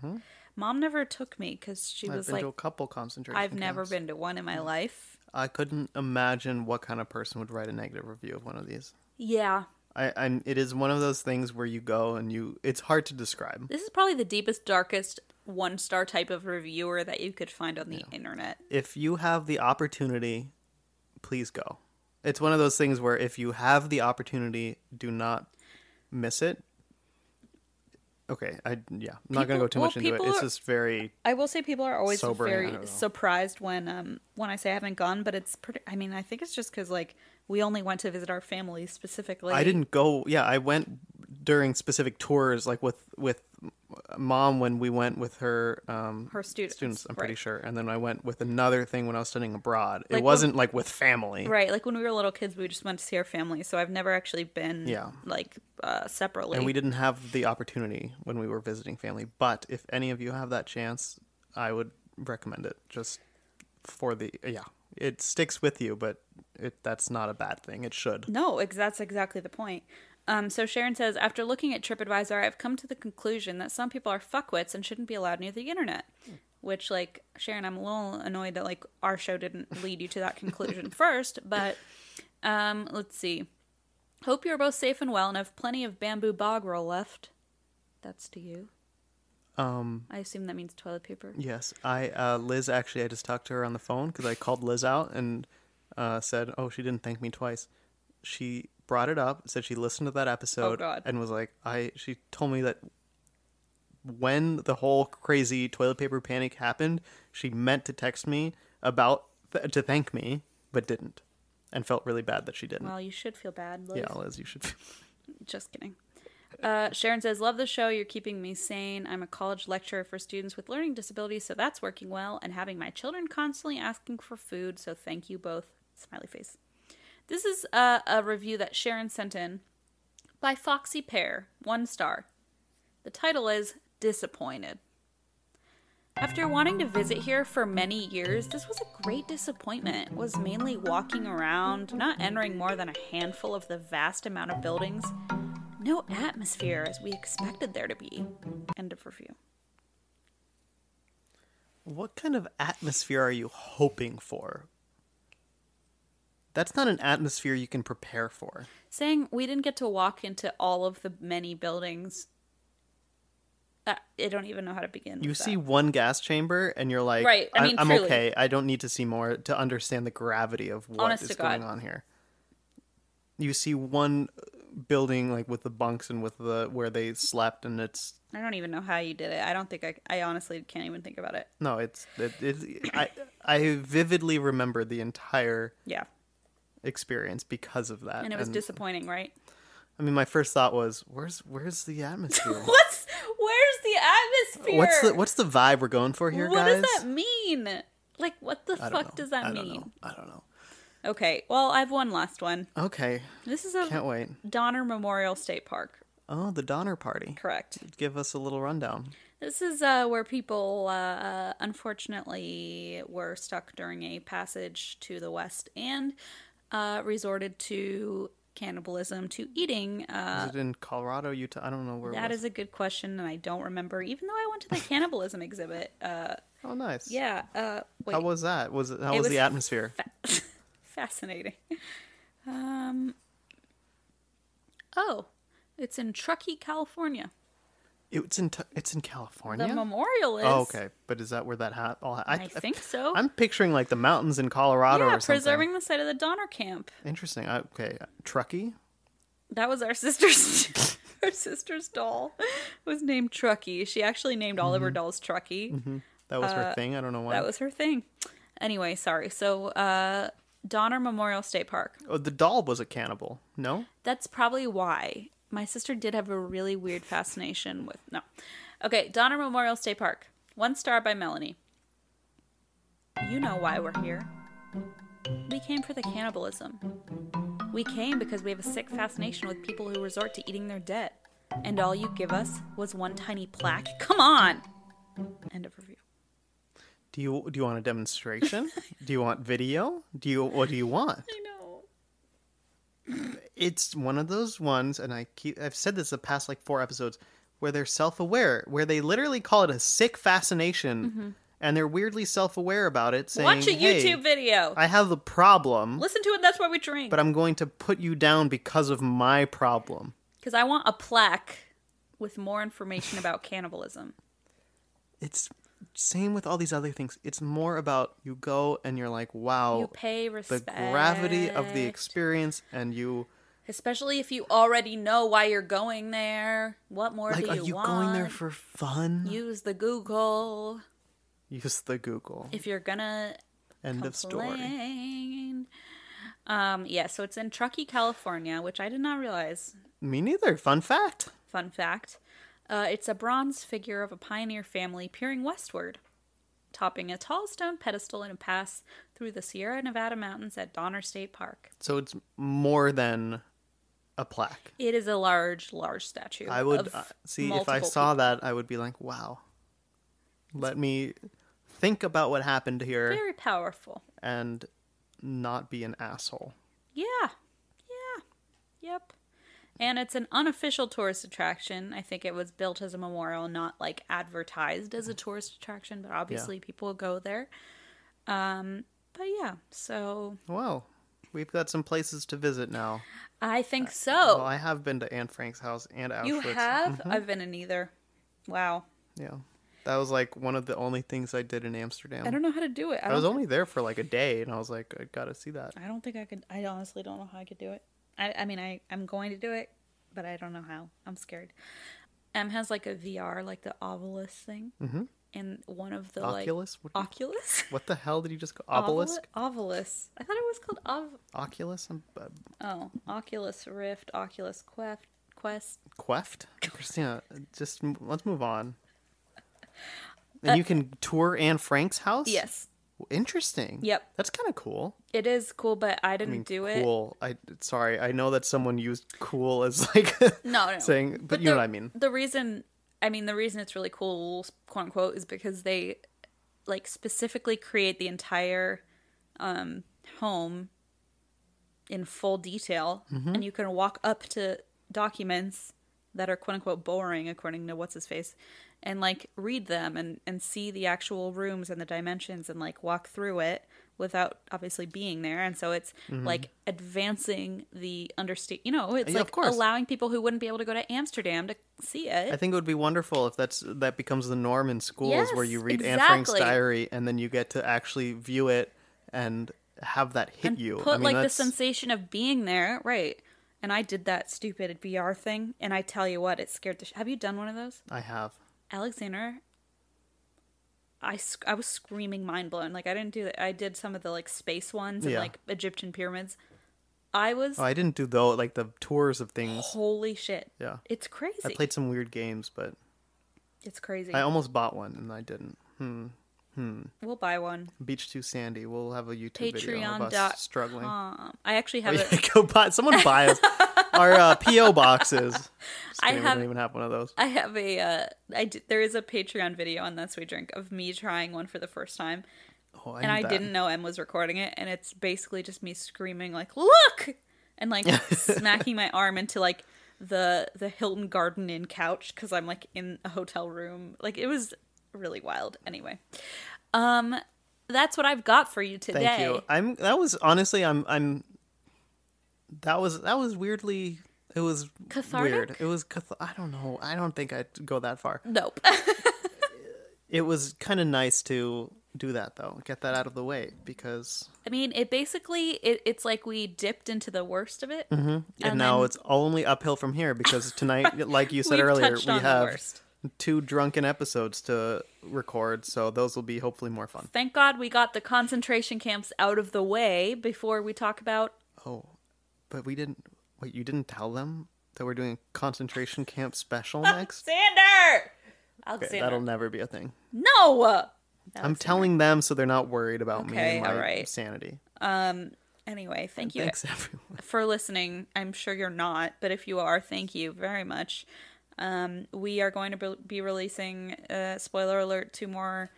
Speaker 1: Mom never took me because she
Speaker 2: I've
Speaker 1: was
Speaker 2: been
Speaker 1: like,
Speaker 2: to a couple concentration
Speaker 1: I've never
Speaker 2: camps.
Speaker 1: been to one in my life.
Speaker 2: I couldn't imagine what kind of person would write a negative review of one of these.
Speaker 1: Yeah.
Speaker 2: I, I'm. It is one of those things where you go and you. It's hard to describe.
Speaker 1: This is probably the deepest, darkest one star type of reviewer that you could find on the internet.
Speaker 2: If you have the opportunity, please go. It's one of those things where if you have the opportunity, do not miss it. Okay, I yeah, I'm not gonna
Speaker 1: People-
Speaker 2: go too
Speaker 1: well,
Speaker 2: much into it.
Speaker 1: people
Speaker 2: It's
Speaker 1: are-
Speaker 2: just very
Speaker 1: I will say people are always
Speaker 2: Sobering, I don't know.
Speaker 1: very surprised when um when I say I haven't gone, but it's pretty. I mean, I think it's just because like we only went to visit our family specifically.
Speaker 2: I didn't go. Yeah, I went during specific tours, like with with mom when we went with her um,
Speaker 1: Her students,
Speaker 2: Students, I'm pretty
Speaker 1: right.
Speaker 2: sure. And then I went with another thing when I was studying abroad.
Speaker 1: Like,
Speaker 2: it
Speaker 1: when-
Speaker 2: wasn't like with family.
Speaker 1: Right, like when we were little kids, we just went to see our family. So I've never actually been
Speaker 2: Yeah.
Speaker 1: like uh, separately.
Speaker 2: And we didn't have the opportunity when we were visiting family. But if any of you have that chance, I would recommend it just for the yeah. It sticks with you, but it that's not a bad thing. It should.
Speaker 1: No, ex- that's exactly the point. Um, so Sharon says, after looking at TripAdvisor, I've come to the conclusion that some people are fuckwits and shouldn't be allowed near the internet. Which, like Sharon, I'm a little annoyed that like our show didn't lead you to that conclusion first. But um, let's see. Hope you're both safe and well, and have plenty of bamboo bog roll left. That's to you.
Speaker 2: Um
Speaker 1: I assume that means toilet paper.
Speaker 2: Yes, I uh, Liz actually I just talked to her on the phone because I called Liz out and uh, said, "Oh, she didn't thank me twice." She brought it up, said she listened to that episode
Speaker 1: God.
Speaker 2: and was like, "I." She told me that when the whole crazy toilet paper panic happened, she meant to text me about th- to thank me, but didn't, and felt really bad that she didn't.
Speaker 1: Well, you should feel bad. Liz.
Speaker 2: yeah, Liz, you should.
Speaker 1: Just kidding. Uh, Sharon says, Love the show. You're keeping me sane. I'm a college lecturer for students with learning disabilities, so that's working well. And having my children constantly asking for food, so thank you both. Smiley face. This is a, a review that Sharon sent in by Foxy Pear, one star. The title is Disappointed. After wanting to visit here for many years, this was a great disappointment. It was mainly walking around, not entering more than a handful of the vast amount of buildings. No atmosphere as we expected there to be. End of review.
Speaker 2: What kind of atmosphere are you hoping for? That's not an atmosphere you can prepare for.
Speaker 1: Saying we didn't get to walk into all of the many buildings. Uh, I don't even know how to begin.
Speaker 2: You
Speaker 1: with
Speaker 2: see
Speaker 1: that.
Speaker 2: one gas chamber and you're like,
Speaker 1: Right, I
Speaker 2: I
Speaker 1: mean,
Speaker 2: am
Speaker 1: truly.
Speaker 2: okay. I don't need to see more to understand the gravity of what is
Speaker 1: Honest to
Speaker 2: going
Speaker 1: God.
Speaker 2: on here. You see one building like with the bunks and with the where they slept and it's
Speaker 1: I don't even know how you did it. I don't think I. I honestly can't even think about it.
Speaker 2: no, it's it, it, I I vividly remember the entire
Speaker 1: Yeah,
Speaker 2: experience because of that.
Speaker 1: and it was disappointing, right?
Speaker 2: I mean, my first thought was, where's where's the atmosphere?
Speaker 1: What's where's the atmosphere?
Speaker 2: what's the what's the vibe we're going for here,
Speaker 1: What
Speaker 2: guys?
Speaker 1: does that mean? Like, what the
Speaker 2: I don't
Speaker 1: fuck
Speaker 2: know.
Speaker 1: does that
Speaker 2: I don't
Speaker 1: mean?
Speaker 2: know. I don't know.
Speaker 1: Okay, well, I have one last one.
Speaker 2: Okay,
Speaker 1: This is a
Speaker 2: can't wait.
Speaker 1: Donner Memorial State Park.
Speaker 2: Oh, the Donner Party.
Speaker 1: Correct.
Speaker 2: give us a little rundown.
Speaker 1: This is uh, where people, uh, unfortunately, were stuck during a passage to the west and uh, resorted to cannibalism, to eating. Uh,
Speaker 2: Is it in Colorado, Utah? I don't know where.
Speaker 1: that
Speaker 2: it was.
Speaker 1: is a good question, and I don't remember. Even though I went to the cannibalism exhibit, uh,
Speaker 2: Oh, nice.
Speaker 1: yeah. Uh, wait,
Speaker 2: How was that? Was it? How was,
Speaker 1: was
Speaker 2: the atmosphere?
Speaker 1: fa- fascinating. Um, oh, it's in Truckee, California.
Speaker 2: It's in. T- it's in
Speaker 1: The
Speaker 2: California.
Speaker 1: memorial is.
Speaker 2: oh, okay. But is that where that ha- all? ha-
Speaker 1: I think so.
Speaker 2: I'm picturing like the mountains in Colorado
Speaker 1: yeah,
Speaker 2: or something.
Speaker 1: preserving the site of the Donner Camp.
Speaker 2: Interesting. I, okay, Truckee.
Speaker 1: That was our sister's her sister's doll was named Truckee. She actually named all of her dolls Truckee.
Speaker 2: That was her thing. I don't know why.
Speaker 1: Uh, That was her thing. Anyway, sorry. So uh Donner Memorial State Park.
Speaker 2: Oh, the doll was a cannibal. No.
Speaker 1: That's probably why my sister did have a really weird fascination with no. Okay, Donner Memorial State Park. One star by Melanie. You know why we're here. We came for the cannibalism. We came because we have a sick fascination with people who resort to eating their dead. And all you give us was one tiny plaque. Come on! End of review.
Speaker 2: Do you do you want a demonstration? do you want video? Do you what do you want?
Speaker 1: I know.
Speaker 2: it's one of those ones and i keep i've said this the past like four episodes where they're self-aware where they literally call it a sick fascination and they're weirdly self-aware about it, saying,
Speaker 1: Mm-hmm. Watch a
Speaker 2: "Hey,
Speaker 1: YouTube video.
Speaker 2: I have the problem,
Speaker 1: Listen to it. That's why we drink.
Speaker 2: but I'm going to put you down because of my problem."
Speaker 1: Because I want a plaque with more information about cannibalism.
Speaker 2: It's same with all these other things. It's more about you go and you're like, "Wow,
Speaker 1: You pay
Speaker 2: Oh, the
Speaker 1: respect.
Speaker 2: gravity of the experience," and you
Speaker 1: Especially if you already know why you're going there. What more
Speaker 2: like,
Speaker 1: do
Speaker 2: are
Speaker 1: you,
Speaker 2: you
Speaker 1: want?
Speaker 2: going there for fun?
Speaker 1: Use the Google
Speaker 2: Use the Google.
Speaker 1: if you're gonna
Speaker 2: End of story.
Speaker 1: complain. Um, yeah, so it's in Truckee, California, which I did not realize.
Speaker 2: Me neither. Fun fact.
Speaker 1: Fun fact: uh, it's a bronze figure of a pioneer family peering westward, topping a tall stone pedestal in a pass through the Sierra Nevada mountains at Donner State Park.
Speaker 2: So it's more than a plaque.
Speaker 1: It is a large, large statue.
Speaker 2: I would
Speaker 1: of
Speaker 2: uh, see if I
Speaker 1: multiple
Speaker 2: saw that, I would be like, wow. Let me think about what happened here
Speaker 1: people. very powerful.
Speaker 2: and not be an asshole.
Speaker 1: Yeah. Yeah. Yep. And it's an unofficial tourist attraction. I think it was built as a memorial, not like advertised
Speaker 2: Mm-hmm.
Speaker 1: as a tourist attraction, but obviously people go there. Um, but yeah, so
Speaker 2: Well, we've got some places to visit now.
Speaker 1: I think so.
Speaker 2: Uh, Well, I have been to Anne Frank's house and Auschwitz.
Speaker 1: Oh. you have?
Speaker 2: Mm-hmm.
Speaker 1: I've been in either. Wow.
Speaker 2: Yeah. That was like one of the only things I did in Amsterdam.
Speaker 1: I don't know how to do it. I,
Speaker 2: I Mm. was
Speaker 1: don't,
Speaker 2: only there for like a day and I was like, I gotta see that.
Speaker 1: I don't think I could. I honestly don't know how I could do it. I, I mean, I, I'm going to do it, but I don't know how. I'm scared. M has like a VR, like the Oculus thing. Mm-hmm. And one of the
Speaker 2: Oculus? What,
Speaker 1: like. Oculus?
Speaker 2: what the hell did you just call
Speaker 1: Ovul-
Speaker 2: Obelisk?
Speaker 1: Ovilus. I thought it was called Ov.
Speaker 2: Oculus? Um, uh,
Speaker 1: Oh, Oculus Rift, Oculus Quest, Quest.
Speaker 2: Queft? Christina, just m- let's move on. And you can tour Anne Frank's house?
Speaker 1: Uh, Yes,
Speaker 2: Interesting.
Speaker 1: Yep.
Speaker 2: That's kind of cool.
Speaker 1: it is cool, but I didn't do it.
Speaker 2: cool. I sorry. I know that someone used cool as like
Speaker 1: No, no.
Speaker 2: saying, but, you know
Speaker 1: the-
Speaker 2: what I mean.
Speaker 1: The reason, I mean, the reason it's really cool, quote unquote, is because they like specifically create the entire um, home in full detail,
Speaker 2: Mm-hmm.
Speaker 1: and you can walk up to documents that are quote unquote boring, according to what's his face, and like read them and and see the actual rooms and the dimensions and like walk through it without obviously being there and so it's like advancing the understand you know it's
Speaker 2: Mm-hmm. Yeah, of
Speaker 1: like
Speaker 2: course.
Speaker 1: allowing people who wouldn't be able to go to amsterdam to see
Speaker 2: I
Speaker 1: it
Speaker 2: think it would be wonderful if that's that becomes the norm in schools where
Speaker 1: Yes,
Speaker 2: you read Anne Frank's
Speaker 1: exactly.
Speaker 2: diary and then you get to actually view it and have that hit you.
Speaker 1: put
Speaker 2: I mean,
Speaker 1: like
Speaker 2: that's,
Speaker 1: the sensation of being there right and i did that stupid vr thing and i tell you what it scared the sh- have you done one of those
Speaker 2: I have.
Speaker 1: Alexander, I, sc- I was screaming mind blown. Like I didn't do that. I did some of the like space ones and
Speaker 2: Yeah.
Speaker 1: like Egyptian pyramids. I was
Speaker 2: Oh, I didn't do though like the tours of things.
Speaker 1: holy shit.
Speaker 2: Yeah.
Speaker 1: It's crazy.
Speaker 2: I played some weird games, but
Speaker 1: it's crazy.
Speaker 2: I almost bought one and I didn't.
Speaker 1: we'll buy one.
Speaker 2: Beach Too Sandy. We'll have a YouTube video of us struggling.
Speaker 1: Patreon.com. Um, I actually
Speaker 2: Oh,
Speaker 1: have a
Speaker 2: Go buy someone buy us our uh, PO boxes. Just
Speaker 1: I
Speaker 2: kidding, we
Speaker 1: have-
Speaker 2: don't even have one of those.
Speaker 1: I have a uh I d- there is a Patreon video on That's We Drink of me trying one for the first time.
Speaker 2: Oh, I
Speaker 1: and
Speaker 2: need
Speaker 1: I
Speaker 2: that.
Speaker 1: didn't know Em was recording it, and it's basically just me screaming like "Look!" and like smacking my arm into like the the Hilton Garden Inn couch because I'm like in a hotel room. Like it was really wild. Anyway, um, that's what I've got for you today.
Speaker 2: Thank you. I'm. That was honestly. I'm. I'm. That was. That was weirdly. It was
Speaker 1: Cathartic?
Speaker 2: weird. It was. Cath- I don't know. I don't think I'd go that far.
Speaker 1: Nope.
Speaker 2: It was kind of nice to do that though. Get that out of the way because.
Speaker 1: I mean, it basically it, it's like we dipped into the worst of it.
Speaker 2: And, Mm-hmm. now it's only uphill from here because tonight, like you said
Speaker 1: We've
Speaker 2: earlier,
Speaker 1: touched
Speaker 2: we
Speaker 1: on the
Speaker 2: have
Speaker 1: worst.
Speaker 2: two drunken episodes to record, so those will be hopefully more fun.
Speaker 1: Thank God we got the concentration camps out of the way before we talk about.
Speaker 2: Oh, but we didn't. Wait, you didn't tell them that we're doing a concentration camp special next?
Speaker 1: Alexander!
Speaker 2: Okay,
Speaker 1: Alexander.
Speaker 2: that'll never be a thing.
Speaker 1: No!
Speaker 2: I'm telling them so they're not worried about me
Speaker 1: Okay,
Speaker 2: and my
Speaker 1: alright.
Speaker 2: sanity.
Speaker 1: Anyway, thank you
Speaker 2: Thanks, everyone.
Speaker 1: for listening. I'm sure you're not, but if you are, thank you very much. Um, we are going to be- be releasing, uh, spoiler alert, two more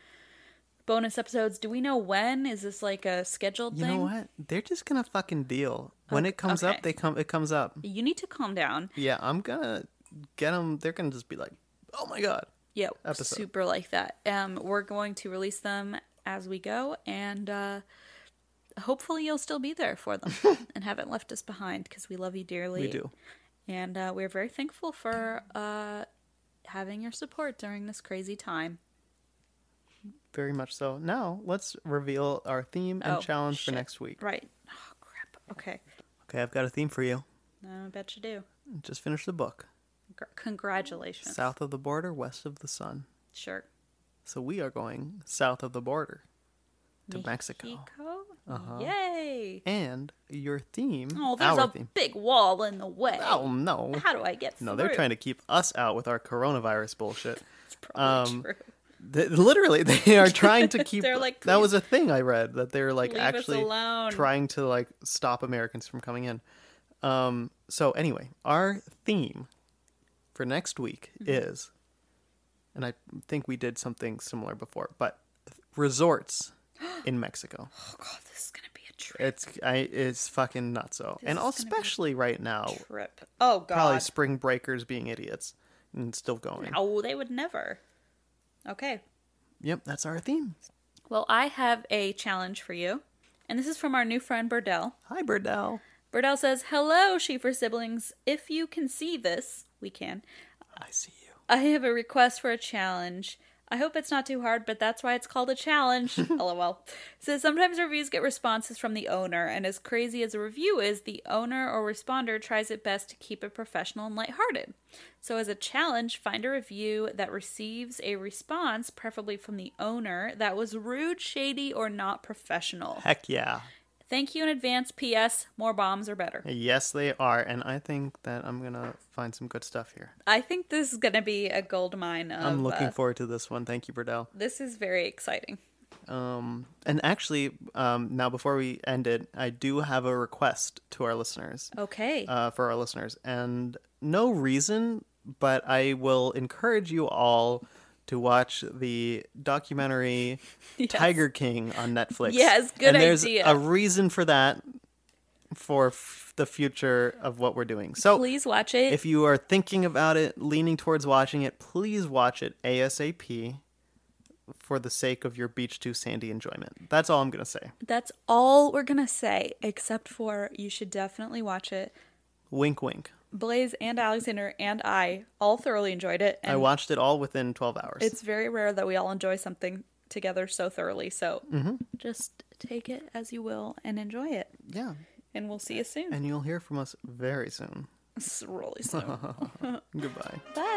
Speaker 1: bonus episodes. Do we know when? Is this like a scheduled
Speaker 2: You
Speaker 1: thing?
Speaker 2: know what? They're just gonna fucking deal. When it comes
Speaker 1: okay.
Speaker 2: up, they come. It comes up.
Speaker 1: You need to calm down.
Speaker 2: Yeah, I'm gonna get them. They're gonna just be like, "Oh my god."
Speaker 1: yeah,
Speaker 2: episode.
Speaker 1: super like that. Um, we're going to release them as we go, and uh, hopefully you'll still be there for them and haven't left us behind because we love you dearly.
Speaker 2: We do.
Speaker 1: and uh, we're very thankful for uh, having your support during this crazy time.
Speaker 2: Very much so. Now let's reveal our theme and
Speaker 1: Oh,
Speaker 2: challenge
Speaker 1: shit.
Speaker 2: for next week.
Speaker 1: Right? Oh crap. Okay,
Speaker 2: Okay, I've got a theme for you.
Speaker 1: I bet you do.
Speaker 2: Just finished the book.
Speaker 1: Gr- Congratulations.
Speaker 2: South of the border, west of the sun.
Speaker 1: Sure.
Speaker 2: So we are going south of the border to Mexico.
Speaker 1: Mexico? Yay!
Speaker 2: And your theme,
Speaker 1: Oh, there's
Speaker 2: our
Speaker 1: a
Speaker 2: theme.
Speaker 1: big wall in the way.
Speaker 2: Oh no.
Speaker 1: How do I get through?
Speaker 2: No, they're trying to keep us out with our coronavirus bullshit.
Speaker 1: It's probably
Speaker 2: um,
Speaker 1: true.
Speaker 2: They, literally, they are trying to keep.
Speaker 1: They're like,
Speaker 2: that
Speaker 1: "Please
Speaker 2: was a thing I read that they were like
Speaker 1: leave us
Speaker 2: actually
Speaker 1: alone."
Speaker 2: trying to like stop Americans from coming in. Um. So anyway, our theme for next week
Speaker 1: Mm-hmm.
Speaker 2: is, and I think we did something similar before, but resorts in Mexico.
Speaker 1: Oh god, this is gonna be a trip.
Speaker 2: It's I it's fucking nuts. So and
Speaker 1: is gonna be-
Speaker 2: especially right now,
Speaker 1: trip. Oh god.
Speaker 2: probably spring breakers being idiots and still going.
Speaker 1: Oh, they would never. Okay.
Speaker 2: Yep, that's our theme.
Speaker 1: Well, I have a challenge for you, and this is from our new friend Burdell.
Speaker 2: Hi, Burdell.
Speaker 1: Burdell says, "Hello, Schieffer siblings. If you can see this, we can.
Speaker 2: I see you.
Speaker 1: I have a request for a challenge. I hope it's not too hard, but that's why it's called a challenge. LOL. So sometimes reviews get responses from the owner, and as crazy as a review is, the owner or responder tries it best to keep it professional and lighthearted. So as a challenge, find a review that receives a response, preferably from the owner, that was rude, shady, or not professional.
Speaker 2: Heck yeah.
Speaker 1: Thank you in advance. P.S. More bombs are better.
Speaker 2: Yes, they are. And I think that I'm going to find some good stuff here.
Speaker 1: I think this is gonna be a gold mine. Of,
Speaker 2: I'm looking
Speaker 1: uh,
Speaker 2: forward to this one. Thank you, Burdell.
Speaker 1: this is very exciting.
Speaker 2: Um, and actually, um, now before we end it, I do have a request to our listeners,
Speaker 1: Okay.
Speaker 2: uh, for our listeners. And no reason, but I will encourage you all to watch the documentary Tiger King on Netflix.
Speaker 1: Yes, good
Speaker 2: and there's
Speaker 1: idea.
Speaker 2: a reason for that for f- the future of what we're doing. So
Speaker 1: Please watch it.
Speaker 2: Oh, if you are thinking about it, leaning towards watching it, please watch it ASAP for the sake of your Beach 2 Sandy enjoyment. That's all I'm going to say.
Speaker 1: That's all we're going to say, except for you should definitely watch it.
Speaker 2: Wink, wink.
Speaker 1: Blaze and Alexander and I all thoroughly enjoyed it. And
Speaker 2: I watched it all within 12 hours.
Speaker 1: it's very rare that we all enjoy something together so thoroughly. So
Speaker 2: Mm-hmm.
Speaker 1: just take it as you will and enjoy it.
Speaker 2: yeah.
Speaker 1: And we'll see you soon.
Speaker 2: And you'll hear from us very soon.
Speaker 1: It's really soon.
Speaker 2: Goodbye.
Speaker 1: Bye.